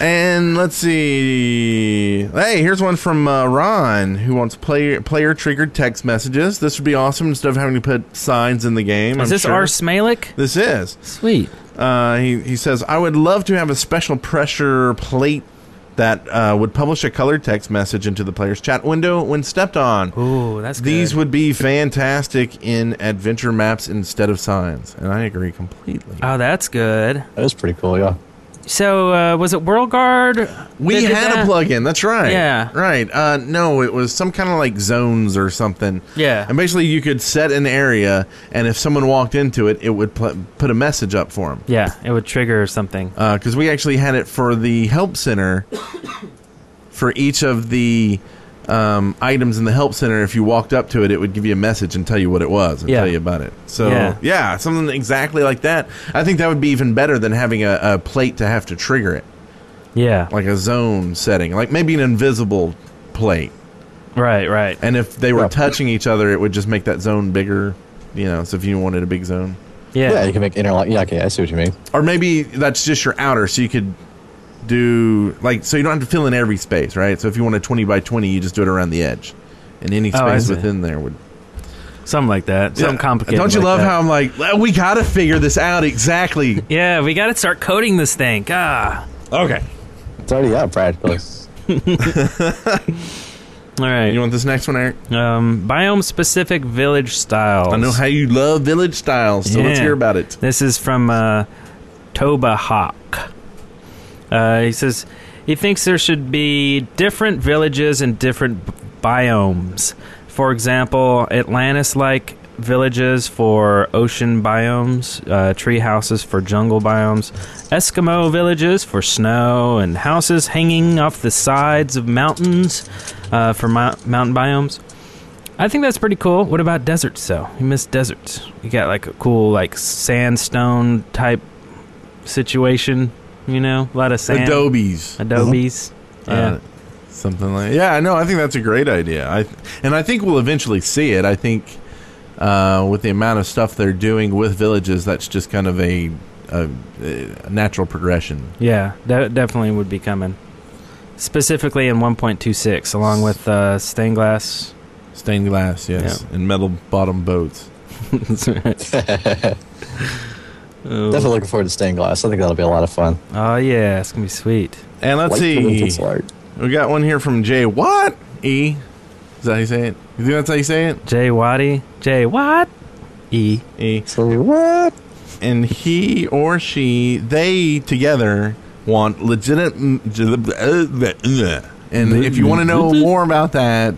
[SPEAKER 5] And let's see. Hey, here's one from uh, Ron who wants player player triggered text messages. This would be awesome instead of having to put signs in the game.
[SPEAKER 6] Is
[SPEAKER 5] I'm
[SPEAKER 6] this
[SPEAKER 5] sure.
[SPEAKER 6] R. Smalik?
[SPEAKER 5] This is.
[SPEAKER 6] Sweet.
[SPEAKER 5] Uh, he, he says, I would love to have a special pressure plate that uh, would publish a color text message into the player's chat window when stepped on.
[SPEAKER 6] Ooh, that's
[SPEAKER 5] These
[SPEAKER 6] good.
[SPEAKER 5] would be fantastic in adventure maps instead of signs. And I agree completely.
[SPEAKER 6] Oh, that's good.
[SPEAKER 7] That is pretty cool. Yeah.
[SPEAKER 6] So uh, was it World Guard?
[SPEAKER 5] We
[SPEAKER 6] that did
[SPEAKER 5] had a
[SPEAKER 6] that?
[SPEAKER 5] plug-in. That's right.
[SPEAKER 6] Yeah.
[SPEAKER 5] Right. Uh, no, it was some kind of like zones or something.
[SPEAKER 6] Yeah.
[SPEAKER 5] And basically, you could set an area, and if someone walked into it, it would pl- put a message up for them.
[SPEAKER 6] Yeah, it would trigger something.
[SPEAKER 5] Because Uh, we actually had it for the help center for each of the um, items in the help center. If you walked up to it, it would give you a message and tell you what it was and
[SPEAKER 6] Yeah.
[SPEAKER 5] tell you about it. So,
[SPEAKER 6] Yeah.
[SPEAKER 5] yeah. something exactly like that. I think that would be even better than having a, a plate to have to trigger it
[SPEAKER 6] Yeah.
[SPEAKER 5] like a zone setting, like maybe an invisible plate.
[SPEAKER 6] Right. Right.
[SPEAKER 5] And if they were
[SPEAKER 7] Yeah.
[SPEAKER 5] touching each other, it would just make that zone bigger. You know, so if you wanted a big zone,
[SPEAKER 6] Yeah.
[SPEAKER 7] Yeah, you can make interlock. Yeah, okay, I see what you mean.
[SPEAKER 5] or maybe that's just your outer, so you could do like so you don't have to fill in every space, right? So if you want a twenty by twenty, you just do it around the edge, and any
[SPEAKER 6] Oh, I
[SPEAKER 5] space
[SPEAKER 6] see.
[SPEAKER 5] within there would.
[SPEAKER 6] Something like that. Something
[SPEAKER 5] Yeah.
[SPEAKER 6] complicated.
[SPEAKER 5] Don't you
[SPEAKER 6] like
[SPEAKER 5] love
[SPEAKER 6] that.
[SPEAKER 5] how I'm like "Well, we got to figure this out exactly?
[SPEAKER 6] Yeah, we got to start coding this thing. Ah.
[SPEAKER 5] okay,
[SPEAKER 7] It's already out practically.
[SPEAKER 6] All right.
[SPEAKER 5] you want this next one, Eric?
[SPEAKER 6] um, biome specific village styles.
[SPEAKER 5] I know how you love village styles, so let's
[SPEAKER 6] Yeah.
[SPEAKER 5] hear about it.
[SPEAKER 6] This is from uh, Toba Hawk. Uh, he says he thinks there should be different villages and different b- biomes. For example, Atlantis like villages for ocean biomes, uh, tree houses for jungle biomes, Eskimo villages for snow, and houses hanging off the sides of mountains uh, for mou- mountain biomes. I think that's pretty cool. What about deserts though? You miss deserts. You got like a cool like sandstone type situation, you know? A lot of sand.
[SPEAKER 5] Adobe's.
[SPEAKER 6] Adobes.
[SPEAKER 5] Uh,
[SPEAKER 6] Yeah.
[SPEAKER 5] something like yeah no i think that's a great idea I and i think we'll eventually see it i think uh, with the amount of stuff they're doing with villages that's just kind of a, a, a natural progression
[SPEAKER 6] yeah, that definitely would be coming. Specifically in 1.26 along with uh, stained glass.
[SPEAKER 5] stained glass yes and metal bottom boats
[SPEAKER 6] That's right.
[SPEAKER 7] Definitely looking forward to stained glass. I think that'll be a lot of fun.
[SPEAKER 6] Oh yeah, it's going to be sweet.
[SPEAKER 5] and let's
[SPEAKER 7] Like the
[SPEAKER 5] see
[SPEAKER 7] pencil art.
[SPEAKER 5] we got one here from jay what e is that how you say it you think that's how you say it
[SPEAKER 6] Jay Waddy. Jay what? E.
[SPEAKER 5] e
[SPEAKER 7] So what?
[SPEAKER 5] and he or she they together want legitimate and if you want to know more about that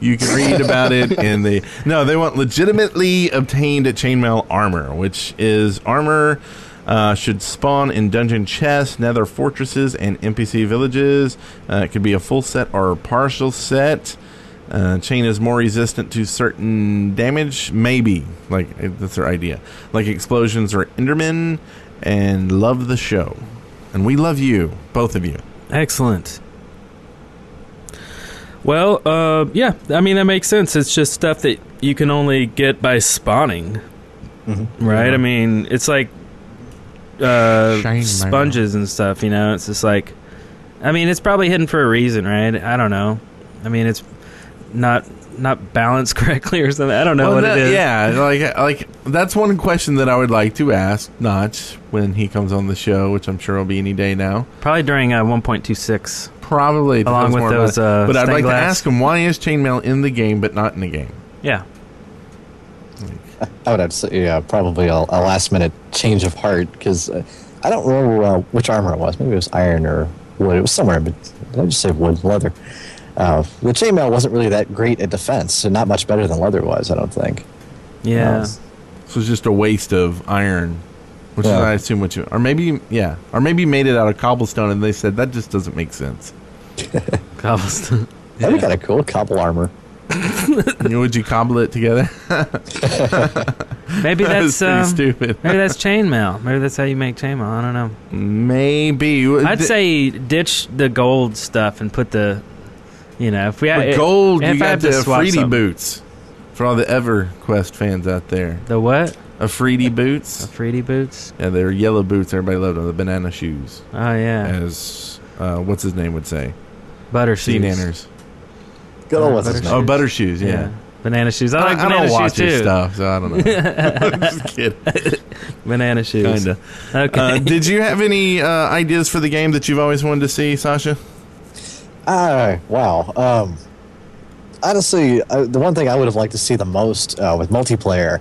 [SPEAKER 5] you can read about it in the no they want legitimately obtained chainmail armor which is armor uh, should spawn in dungeon chests, nether fortresses, and NPC villages. Uh, it could be a full set or a partial set. Uh, chain is more resistant to certain damage, maybe. Like it- that's their idea. Like explosions or Endermen, and love the show, and we love you, both of you.
[SPEAKER 6] Excellent. Well, uh, yeah, I mean that makes sense. It's just stuff that you can only get by spawning,
[SPEAKER 5] Mm-hmm.
[SPEAKER 6] right? I mean, it's like uh,
[SPEAKER 5] Shame,
[SPEAKER 6] sponges and stuff. You know, it's just like, I mean, it's probably hidden for a reason, right? I don't know. I mean, it's not not balanced correctly or something. I don't know
[SPEAKER 5] Well,
[SPEAKER 6] what
[SPEAKER 5] that-
[SPEAKER 6] it is.
[SPEAKER 5] Yeah, like like that's one question that I would like to ask Notch when he comes on the show, which I'm sure will be any day now.
[SPEAKER 6] Probably during uh, 1.26.
[SPEAKER 5] Probably it
[SPEAKER 6] Along
[SPEAKER 5] depends
[SPEAKER 6] with
[SPEAKER 5] more about
[SPEAKER 6] those,
[SPEAKER 5] it.
[SPEAKER 6] uh,
[SPEAKER 5] but I'd
[SPEAKER 6] stained
[SPEAKER 5] like to
[SPEAKER 6] glass.
[SPEAKER 5] ask him why is chainmail in the game but not in the game.
[SPEAKER 6] Yeah.
[SPEAKER 7] I would have to say, yeah, probably a, a last minute change of heart because uh, I don't remember uh, which armor it was. Maybe it was iron or wood. It was somewhere, but did I just say wood, leather. Uh, the chainmail wasn't really that great at defense, so not much better than leather was, I don't think.
[SPEAKER 6] Yeah.
[SPEAKER 7] Um,
[SPEAKER 5] So it's just a waste of iron, which
[SPEAKER 7] Yeah.
[SPEAKER 5] is I assume what you or maybe yeah or maybe you made it out of cobblestone and they said that just doesn't make sense.
[SPEAKER 6] Cobblestone.
[SPEAKER 7] That'd be kind of cool. Cobble armor.
[SPEAKER 5] Would you cobble it together?
[SPEAKER 6] Maybe
[SPEAKER 5] That
[SPEAKER 6] that's
[SPEAKER 5] was pretty
[SPEAKER 6] um,
[SPEAKER 5] stupid.
[SPEAKER 6] maybe that's chainmail. Maybe that's how you make chainmail. I don't know.
[SPEAKER 5] Maybe
[SPEAKER 6] I'd say ditch the gold stuff and put the, you know, if we
[SPEAKER 5] For
[SPEAKER 6] had it-
[SPEAKER 5] gold,
[SPEAKER 6] if
[SPEAKER 5] you
[SPEAKER 6] I
[SPEAKER 5] got
[SPEAKER 6] have
[SPEAKER 5] the
[SPEAKER 6] to swap
[SPEAKER 5] Afridi
[SPEAKER 6] something.
[SPEAKER 5] boots for all the EverQuest fans out there.
[SPEAKER 6] The what?
[SPEAKER 5] Afridi boots.
[SPEAKER 6] Afridi boots.
[SPEAKER 5] Yeah, they're yellow boots. Everybody loved them. The banana shoes,
[SPEAKER 6] Oh yeah,
[SPEAKER 5] as uh, what's his name would say.
[SPEAKER 6] butter
[SPEAKER 5] Sea
[SPEAKER 6] shoes.
[SPEAKER 5] nanners.
[SPEAKER 7] Good old what's
[SPEAKER 6] butter
[SPEAKER 7] his name?
[SPEAKER 5] Oh, butter shoes. Yeah.
[SPEAKER 6] banana shoes. I like
[SPEAKER 5] I
[SPEAKER 6] banana
[SPEAKER 5] don't watch
[SPEAKER 6] shoes
[SPEAKER 5] his
[SPEAKER 6] too.
[SPEAKER 5] stuff, so I don't know. Just kidding.
[SPEAKER 6] Banana shoes.
[SPEAKER 5] Kinda.
[SPEAKER 6] Okay.
[SPEAKER 5] Uh, did you have any uh, ideas for the game that you've always wanted to see, Sasha?
[SPEAKER 7] Ah, wow. Um, honestly, uh, the one thing I would have liked to see the most uh, with multiplayer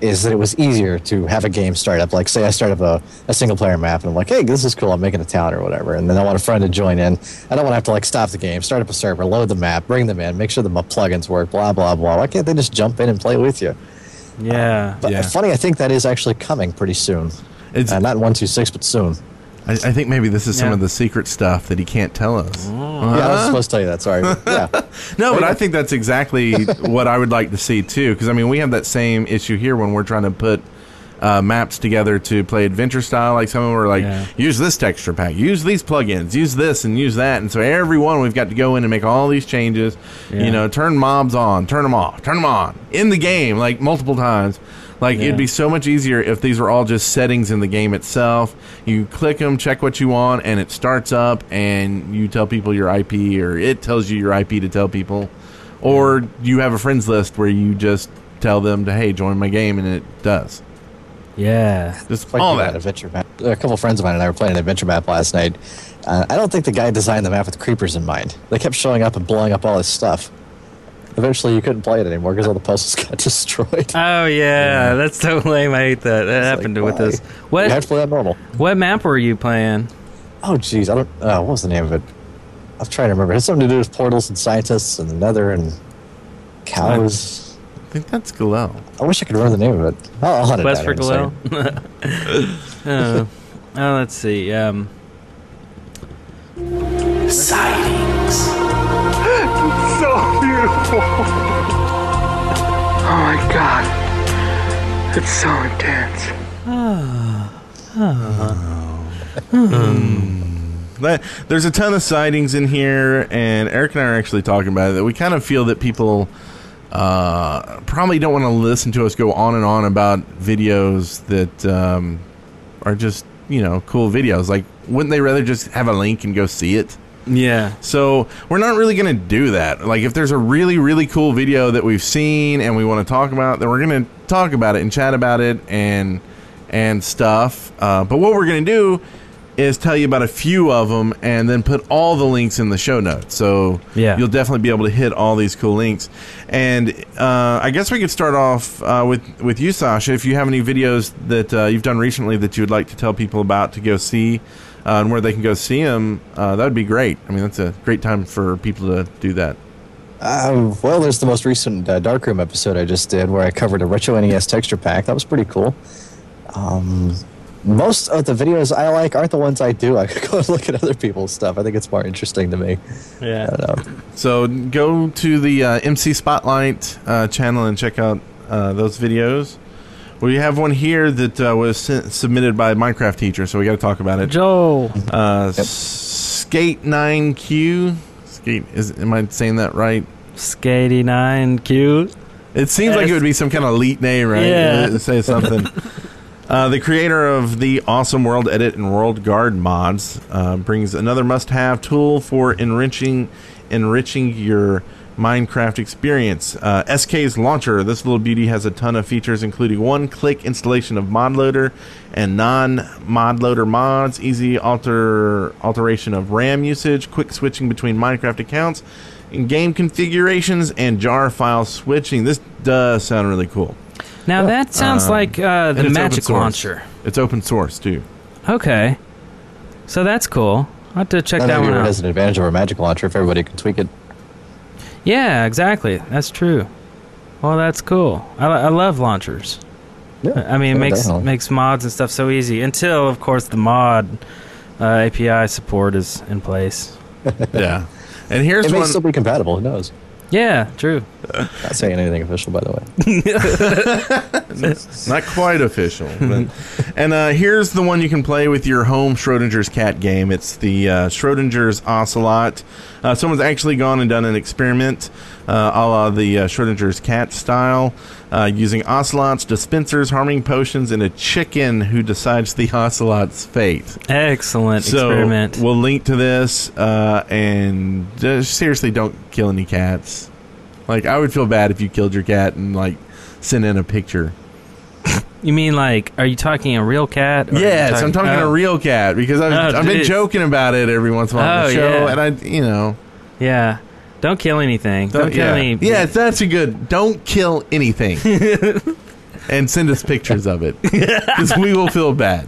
[SPEAKER 7] is that it was easier to have a game start up. Like, say I start up a, a single player map and I'm like, hey, this is cool. I'm making a town or whatever. And then I want a friend to join in. I don't want to have to, like, stop the game, start up a server, load the map, bring them in, make sure the m- plugins work, blah, blah, blah. Why can't they just jump in and play with you?
[SPEAKER 6] yeah.
[SPEAKER 7] But
[SPEAKER 5] Yeah.
[SPEAKER 7] funny, I think that is actually coming pretty soon.
[SPEAKER 5] It's,
[SPEAKER 7] Uh,
[SPEAKER 5] I,
[SPEAKER 7] not in 126, but soon.
[SPEAKER 5] I think maybe this is some
[SPEAKER 6] Yeah.
[SPEAKER 5] of the secret stuff that he can't tell us.
[SPEAKER 7] Yeah, I was supposed to tell you that. Sorry. But yeah.
[SPEAKER 5] No, but Mm. I think that's exactly what I would like to see too. Because I mean, we have that same issue here when we're trying to put uh, maps together to play adventure style. Like some of them are like,
[SPEAKER 6] Yeah.
[SPEAKER 5] use this texture pack, use these plugins, use this, and use that. And so every one we've got to go in and make all these changes.
[SPEAKER 6] Yeah.
[SPEAKER 5] You know, turn mobs on, turn them off, turn them on in the game like multiple times. Like
[SPEAKER 6] Yeah.
[SPEAKER 5] it'd be so much easier if these were all just settings in the game itself. You click them, check what you want, and it starts up, and you tell people your IP, or it tells you your IP to tell people, or you have a friends list where you just tell them to hey, join my game, and it does.
[SPEAKER 6] Yeah.
[SPEAKER 5] Just
[SPEAKER 7] Like
[SPEAKER 5] all
[SPEAKER 7] that.
[SPEAKER 5] that.
[SPEAKER 7] adventure map. A couple friends of mine and I were playing an adventure map last night. Uh, I don't think the guy designed the map with creepers in mind. They kept showing up and blowing up all his stuff. Eventually, you couldn't play it anymore because all the puzzles got destroyed.
[SPEAKER 6] Oh yeah, that's so lame. I hate that. That happened
[SPEAKER 7] like,
[SPEAKER 6] with us.
[SPEAKER 7] why?
[SPEAKER 6] What
[SPEAKER 7] You have to play on normal.
[SPEAKER 6] what map were you playing?
[SPEAKER 7] Oh, jeez, I don't. Uh, what was the name of it? I'm trying to remember. It had something to do with portals and scientists and the Nether and cows.
[SPEAKER 5] I think that's Galil.
[SPEAKER 7] I wish I could remember the name of it. I'll, I'll hunt it
[SPEAKER 6] West
[SPEAKER 7] down
[SPEAKER 6] for
[SPEAKER 7] here in a second.
[SPEAKER 6] Galil? oh, oh, let's see. Um,
[SPEAKER 9] So beautiful. Oh my god. It's so intense.
[SPEAKER 5] That, there's a ton of sightings in here, and Eric and I are actually talking about it. That we kind of feel that people uh, probably don't want to listen to us go on and on about videos that um, are just you know cool videos. Like, wouldn't they rather just have a link and go see it?
[SPEAKER 6] yeah.
[SPEAKER 5] So we're not really going to do that. Like, if there's a really really cool video that we've seen and we want to talk about, then we're going to talk about it and chat about it and and stuff. Uh, but what we're going to do is tell you about a few of them and then put all the links in the show notes. So
[SPEAKER 6] Yeah.
[SPEAKER 5] you'll definitely be able to hit all these cool links. And uh, I guess we could start off uh, with with you, Sasha. If you have any videos that uh, you've done recently that you would like to tell people about to go see. Uh, and where they can go see them, uh, that would be great. I mean, that's a great time for people to do that.
[SPEAKER 7] Um, well, there's the most recent uh, Darkroom episode I just did where I covered a retro NES texture pack. That was pretty cool. Um, most of the videos I like aren't the ones I do. I could go and look at other people's stuff. I think it's more interesting to me.
[SPEAKER 6] Yeah.
[SPEAKER 5] So go to the uh, MC Spotlight uh, channel and check out uh, those videos. We have one here that uh, was sent, submitted by Minecraft teacher, so we got to talk about it.
[SPEAKER 6] Joel.
[SPEAKER 5] Uh, Skate Nine Q. Skate. Is, am I saying that right?
[SPEAKER 6] Skatey nine cute.
[SPEAKER 5] It seems like it would be some kind of elite name, right?
[SPEAKER 6] Yeah.
[SPEAKER 5] Uh, Say something. Uh, the creator of the awesome World Edit and World Guard mods uh, brings another must-have tool for enriching, enriching your Minecraft experience. Uh, SK's launcher. This little beauty has a ton of features, including one-click installation of mod loader and non-mod loader mods, easy alter alteration of RAM usage, quick switching between Minecraft accounts, and game configurations, and jar file switching. This does sound really cool.
[SPEAKER 6] Now that sounds like uh,
[SPEAKER 5] And
[SPEAKER 6] the
[SPEAKER 5] it's open
[SPEAKER 6] magic
[SPEAKER 5] source.
[SPEAKER 6] launcher.
[SPEAKER 5] It's open source too.
[SPEAKER 6] Okay. So that's cool. I'll have to check
[SPEAKER 7] That
[SPEAKER 6] that one out.
[SPEAKER 7] has an advantage over Magic Launcher if everybody can tweak it.
[SPEAKER 6] Yeah, exactly. That's true. Well, that's cool. I, I love launchers. I mean, it
[SPEAKER 7] yeah,
[SPEAKER 6] makes
[SPEAKER 7] definitely.
[SPEAKER 6] makes mods and stuff so easy. Until, of course, the mod uh, API support is in place.
[SPEAKER 5] yeah, and here's
[SPEAKER 7] it may
[SPEAKER 5] one-
[SPEAKER 7] still be compatible. Who knows?
[SPEAKER 6] Yeah, true.
[SPEAKER 7] Not saying anything official, by the way.
[SPEAKER 5] Not quite official. But, and uh, here's the one you can play with your home Schrodinger's cat game. It's the uh, Schrodinger's Ocelot. Uh, someone's actually gone and done an experiment uh, a la the uh, Schrodinger's cat style, uh, using ocelots, dispensers, harming potions, and a chicken who decides the ocelot's fate.
[SPEAKER 6] Excellent
[SPEAKER 5] So
[SPEAKER 6] experiment.
[SPEAKER 5] we'll link to this, uh, and just seriously, don't kill any cats. Like I would feel bad if you killed your cat and like sent in a picture.
[SPEAKER 6] You mean like, are you talking a real cat? Or are you
[SPEAKER 5] Yes, I'm talking
[SPEAKER 6] oh.
[SPEAKER 5] a real cat because I've,
[SPEAKER 6] Oh,
[SPEAKER 5] I've been
[SPEAKER 6] geez.
[SPEAKER 5] joking about it every once in a while on the
[SPEAKER 6] Oh,
[SPEAKER 5] show,
[SPEAKER 6] yeah.
[SPEAKER 5] and I, you know,
[SPEAKER 6] Yeah. Don't kill anything. Don't, kill
[SPEAKER 5] yeah,
[SPEAKER 6] any.
[SPEAKER 5] yeah, that's a good. Don't kill anything, and send us pictures of it because we will feel bad.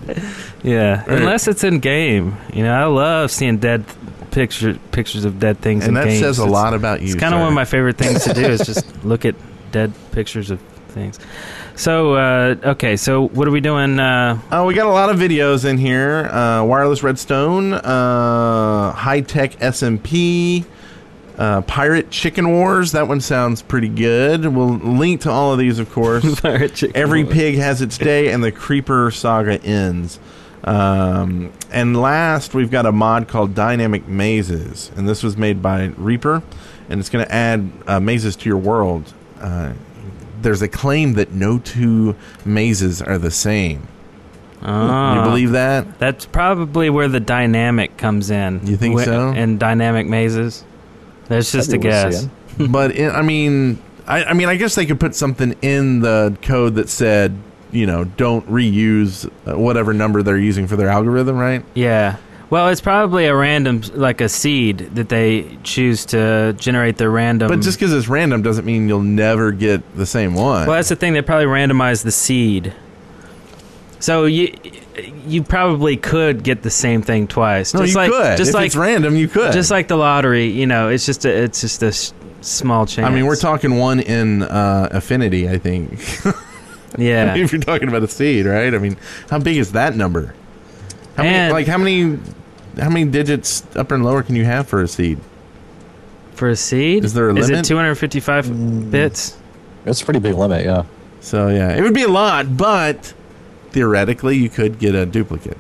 [SPEAKER 6] Yeah.
[SPEAKER 5] Right.
[SPEAKER 6] Unless it's in game. You know, I love seeing dead picture pictures of dead things.
[SPEAKER 5] And
[SPEAKER 6] in
[SPEAKER 5] that
[SPEAKER 6] games.
[SPEAKER 5] says a
[SPEAKER 6] It's-
[SPEAKER 5] lot about you,
[SPEAKER 6] It's kind
[SPEAKER 5] sir.
[SPEAKER 6] of one of my favorite things to do is just look at dead pictures of things. So uh, okay, so what are we doing? Uh,
[SPEAKER 5] Uh, we got a lot of videos in here. Uh, wireless redstone, uh, high tech SMP, uh, pirate chicken wars. That one sounds pretty good. We'll link to all of these, of course.
[SPEAKER 6] pirate chicken
[SPEAKER 5] Every
[SPEAKER 6] wars.
[SPEAKER 5] pig has its day, and the creeper saga ends. Um, and last, we've got a mod called Dynamic Mazes, and this was made by Reaper, and it's going to add uh, mazes to your world. Uh, there's a claim that no two mazes are the same.
[SPEAKER 6] Ah.
[SPEAKER 5] You believe that?
[SPEAKER 6] That's probably where the dynamic comes in.
[SPEAKER 5] You think
[SPEAKER 6] Wh-
[SPEAKER 5] so?
[SPEAKER 6] And dynamic mazes. That's just a
[SPEAKER 7] That'd be worth
[SPEAKER 6] guess.
[SPEAKER 7] seeing.
[SPEAKER 5] but in, I mean, I, I mean, I guess they could put something in the code that said, you know, don't reuse uh, whatever number they're using for their algorithm, right?
[SPEAKER 6] Yeah. Well, it's probably a random, like a seed that they choose to generate their random.
[SPEAKER 5] But just because it's random doesn't mean you'll never get the same one.
[SPEAKER 6] well, that's the thing. They probably randomized the seed. So you you probably could get the same thing twice.
[SPEAKER 5] no,
[SPEAKER 6] just
[SPEAKER 5] you
[SPEAKER 6] like,
[SPEAKER 5] could.
[SPEAKER 6] Just
[SPEAKER 5] if
[SPEAKER 6] like
[SPEAKER 5] it's random, you could.
[SPEAKER 6] just like the lottery. You know, it's just a, it's just a s- small chance.
[SPEAKER 5] I mean, we're talking one in uh, affinity, I think.
[SPEAKER 6] Yeah.
[SPEAKER 5] if you're talking about a seed, right? I mean, how big is that number? How many,
[SPEAKER 6] And-
[SPEAKER 5] like how many, how many digits upper and lower can you have for a seed?
[SPEAKER 6] For a seed,
[SPEAKER 5] Is there a
[SPEAKER 6] is it
[SPEAKER 5] limit? Mm.
[SPEAKER 6] 255 bits?
[SPEAKER 7] That's a pretty big limit, yeah.
[SPEAKER 5] So yeah, it would be a lot, but theoretically you could get a duplicate.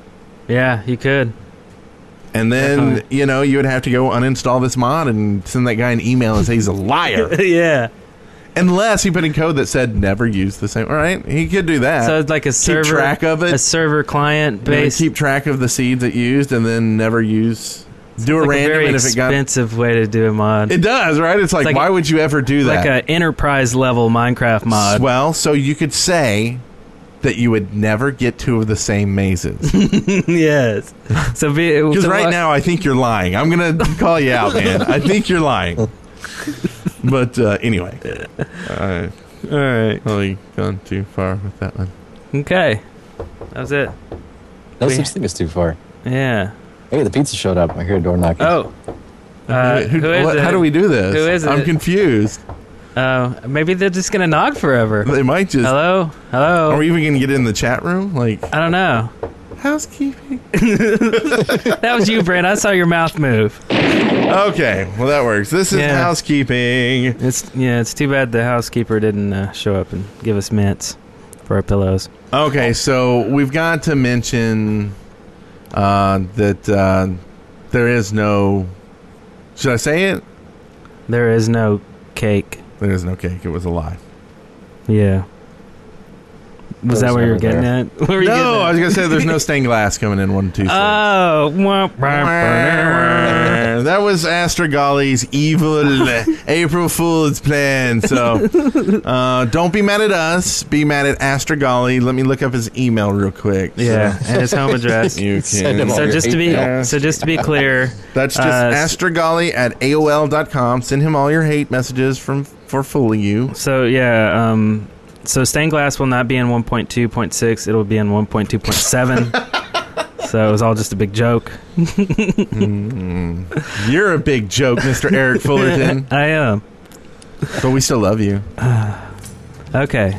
[SPEAKER 6] Yeah, you could.
[SPEAKER 5] And then
[SPEAKER 6] Definitely.
[SPEAKER 5] you know you would have to go uninstall this mod and send that guy an email and say he's a liar,
[SPEAKER 6] yeah.
[SPEAKER 5] unless he put in code that said never use the same. All right, he could do that.
[SPEAKER 6] So it's like a server
[SPEAKER 5] track of it.
[SPEAKER 6] a server client
[SPEAKER 5] You know,
[SPEAKER 6] based.
[SPEAKER 5] keep track of the seeds it used, and then never use. Do a
[SPEAKER 6] like
[SPEAKER 5] random,
[SPEAKER 6] a very
[SPEAKER 5] and if it got
[SPEAKER 6] expensive way to do a mod.
[SPEAKER 5] it does right. It's like,
[SPEAKER 6] like
[SPEAKER 5] why
[SPEAKER 6] a-
[SPEAKER 5] would you ever do that?
[SPEAKER 6] like an enterprise level Minecraft mod.
[SPEAKER 5] Well, so you could say that you would never get two of the same mazes.
[SPEAKER 6] yes. So be,
[SPEAKER 5] Because
[SPEAKER 6] so
[SPEAKER 5] right
[SPEAKER 6] what-
[SPEAKER 5] now, I think you're lying. I'm going to call you out, man. I think you're lying. But uh, anyway. Uh,
[SPEAKER 6] All right.
[SPEAKER 5] probably gone too far with that one.
[SPEAKER 6] Okay. That was it.
[SPEAKER 7] No
[SPEAKER 6] We-
[SPEAKER 7] such thing as too far.
[SPEAKER 6] Yeah.
[SPEAKER 7] Hey, the pizza showed up. I hear a door knocking.
[SPEAKER 6] Oh. Uh,
[SPEAKER 5] Who-
[SPEAKER 6] who is
[SPEAKER 5] what-
[SPEAKER 6] it?
[SPEAKER 5] How do we do this?
[SPEAKER 6] Who is
[SPEAKER 5] I'm
[SPEAKER 6] it?
[SPEAKER 5] confused.
[SPEAKER 6] Oh, maybe they're just gonna knock forever.
[SPEAKER 5] They might just.
[SPEAKER 6] Hello, hello.
[SPEAKER 5] Are we even going to get in the chat room? Like,
[SPEAKER 6] I don't know.
[SPEAKER 5] housekeeping?
[SPEAKER 6] That was you, Brent. I saw your mouth move.
[SPEAKER 5] Okay, well, that works. This is
[SPEAKER 6] Yeah.
[SPEAKER 5] housekeeping.
[SPEAKER 6] It's yeah. It's too bad the housekeeper didn't uh, show up and give us mints for our pillows.
[SPEAKER 5] Okay, so we've got to mention uh, that uh, there is no. Should I say it?
[SPEAKER 6] There is no cake.
[SPEAKER 5] There is no cake. It was a lie.
[SPEAKER 6] Yeah. Was
[SPEAKER 7] That
[SPEAKER 6] that what you
[SPEAKER 7] was
[SPEAKER 6] were
[SPEAKER 7] never
[SPEAKER 6] getting
[SPEAKER 7] there.
[SPEAKER 6] at? What were you
[SPEAKER 5] No, I was
[SPEAKER 6] getting
[SPEAKER 5] gonna say there's no stained glass coming in one two.
[SPEAKER 6] at? Oh, wah, wah, wah.
[SPEAKER 5] that was Astragali's evil April Fool's plan. So uh, don't be mad at us. Be mad at Astragali. Let me look up his email real quick.
[SPEAKER 6] yeah, and his home address.
[SPEAKER 5] You
[SPEAKER 7] Send
[SPEAKER 5] can.
[SPEAKER 7] him
[SPEAKER 6] So
[SPEAKER 7] all
[SPEAKER 6] just to
[SPEAKER 7] your
[SPEAKER 6] be
[SPEAKER 7] hate
[SPEAKER 6] so just to be clear,
[SPEAKER 5] That's just
[SPEAKER 6] Uh, s-
[SPEAKER 5] Astragolly at AOL.com. Send him all your hate messages from for fooling you.
[SPEAKER 6] So yeah, um, so stained glass will not be in 1.2.6. It'll be in 1.2.7. so it was all just a big joke.
[SPEAKER 5] You're a big joke, Mr. Eric Fullerton.
[SPEAKER 6] I uh, am
[SPEAKER 5] But we still love you.
[SPEAKER 6] okay.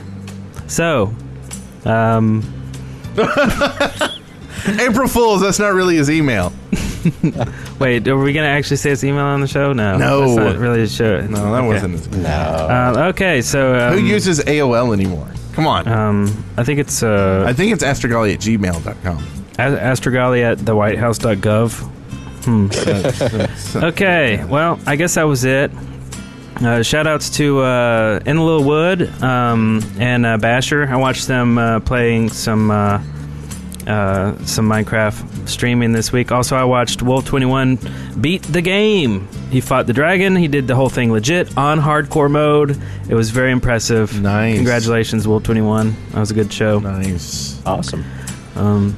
[SPEAKER 6] So Um,
[SPEAKER 5] April Fools. That's not really his email.
[SPEAKER 6] Wait, are we gonna actually say his email on the show? No,
[SPEAKER 5] No.
[SPEAKER 6] that's not really a show. No,
[SPEAKER 5] that wasn't his email.
[SPEAKER 6] Um, okay, so um,
[SPEAKER 5] Who uses AOL anymore? Come on.
[SPEAKER 7] uh,
[SPEAKER 6] Um, I think it's uh,
[SPEAKER 5] I think it's astrogali at gmail.com.
[SPEAKER 6] Astrogali at thewhitehouse.gov. Hmm. okay, well, I guess that was it. Uh, shout outs to uh, In a Little Wood um, and uh, Basher. I watched them uh, playing some uh, uh, some Minecraft streaming this week. Also, I watched Wolf Twenty One beat the game. He fought the dragon. He did the whole thing legit on hardcore mode. It was very impressive.
[SPEAKER 5] Nice.
[SPEAKER 6] Congratulations, Wolf Twenty One. That was a good show.
[SPEAKER 5] Nice.
[SPEAKER 7] Awesome.
[SPEAKER 6] Um,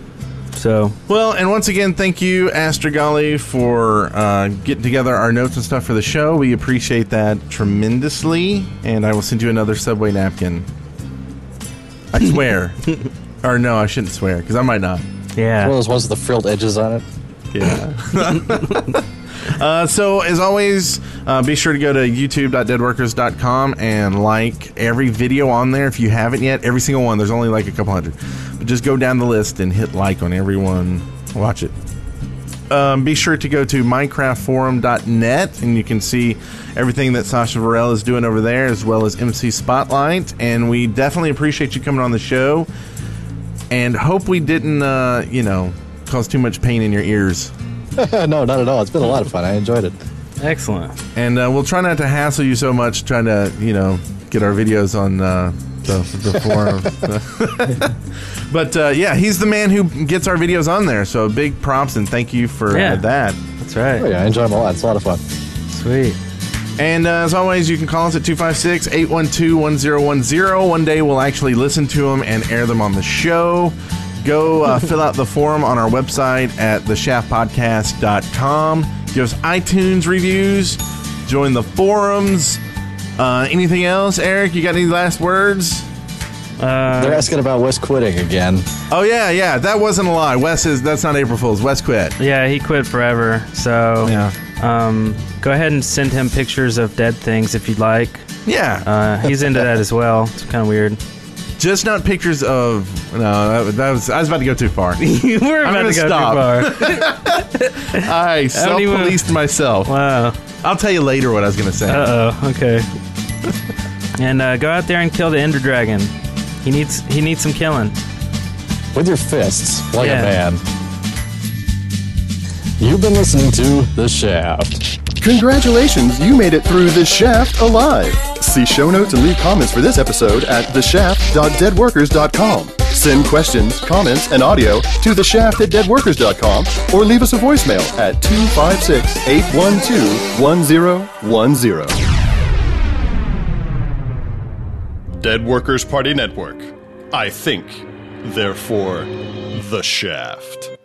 [SPEAKER 6] so
[SPEAKER 5] Well, and once again, thank you, Astrogali, for uh, getting together our notes and stuff for the show. We appreciate that tremendously. And I will send you another Subway napkin. I swear. or no, I shouldn't swear because I might not.
[SPEAKER 6] yeah.
[SPEAKER 7] As well as ones with the frilled edges on it.
[SPEAKER 5] Yeah. uh, so, as always, uh, be sure to go to youtube.deadworkers.com and like every video on there if you haven't yet. Every single one. There's only like a couple hundred. But just go down the list and hit like on everyone. Watch it. Um, be sure to go to minecraftforum.net and you can see everything that Sasha Varel is doing over there as well as MC Spotlight. And we definitely appreciate you coming on the show and hope we didn't, uh, you know, cause too much pain in your ears.
[SPEAKER 7] no, not at all. It's been a lot of fun. I enjoyed it.
[SPEAKER 6] Excellent.
[SPEAKER 5] And uh, we'll try not to hassle you so much trying to, you know, get our videos on uh, the, the forum. but uh, yeah, he's the man who gets our videos on there. So big props and thank you for
[SPEAKER 6] Yeah.
[SPEAKER 5] uh, that.
[SPEAKER 6] That's
[SPEAKER 7] Oh,
[SPEAKER 6] right.
[SPEAKER 7] yeah, I enjoy them a lot. It's a lot of fun.
[SPEAKER 6] Sweet.
[SPEAKER 5] And uh, as always, you can call us at 256 812 1010. One day we'll actually listen to them and air them on the show. Go uh, fill out the form on our website at theshaftpodcast.com. Give us iTunes reviews. Join the forums. Uh, anything else, Eric? You got any last words?
[SPEAKER 6] Uh,
[SPEAKER 7] They're asking about Wes quitting again.
[SPEAKER 5] Oh yeah, yeah. That wasn't a lie. Wes is that's not April Fool's. Wes quit.
[SPEAKER 6] Yeah, he quit forever. So um, go ahead and send him pictures of dead things if you'd like.
[SPEAKER 5] Yeah.
[SPEAKER 6] Uh, he's into that as well. It's kind of weird.
[SPEAKER 5] Just not pictures of. No, that, that was. I was about to go too far.
[SPEAKER 6] you were
[SPEAKER 5] I'm
[SPEAKER 6] about
[SPEAKER 5] gonna
[SPEAKER 6] to go
[SPEAKER 5] stop.
[SPEAKER 6] too far.
[SPEAKER 5] I self
[SPEAKER 6] even-
[SPEAKER 5] policed myself.
[SPEAKER 6] wow.
[SPEAKER 5] I'll tell you later what I was going to say.
[SPEAKER 6] Uh oh. Uh, Okay. and uh, go out there and kill the Ender Dragon. He needs he needs some killing.
[SPEAKER 7] with your fists like
[SPEAKER 6] Yeah.
[SPEAKER 7] a man. You've been listening to The Shaft.
[SPEAKER 4] Congratulations, you made it through The Shaft alive. See show notes and leave comments for this episode at theshaft.deadworkers.com. Send questions, comments, and audio to theshaft at deadworkers.com or leave us a voicemail at 256 812 1010. Dead Workers Party Network. I think, therefore, The Shaft.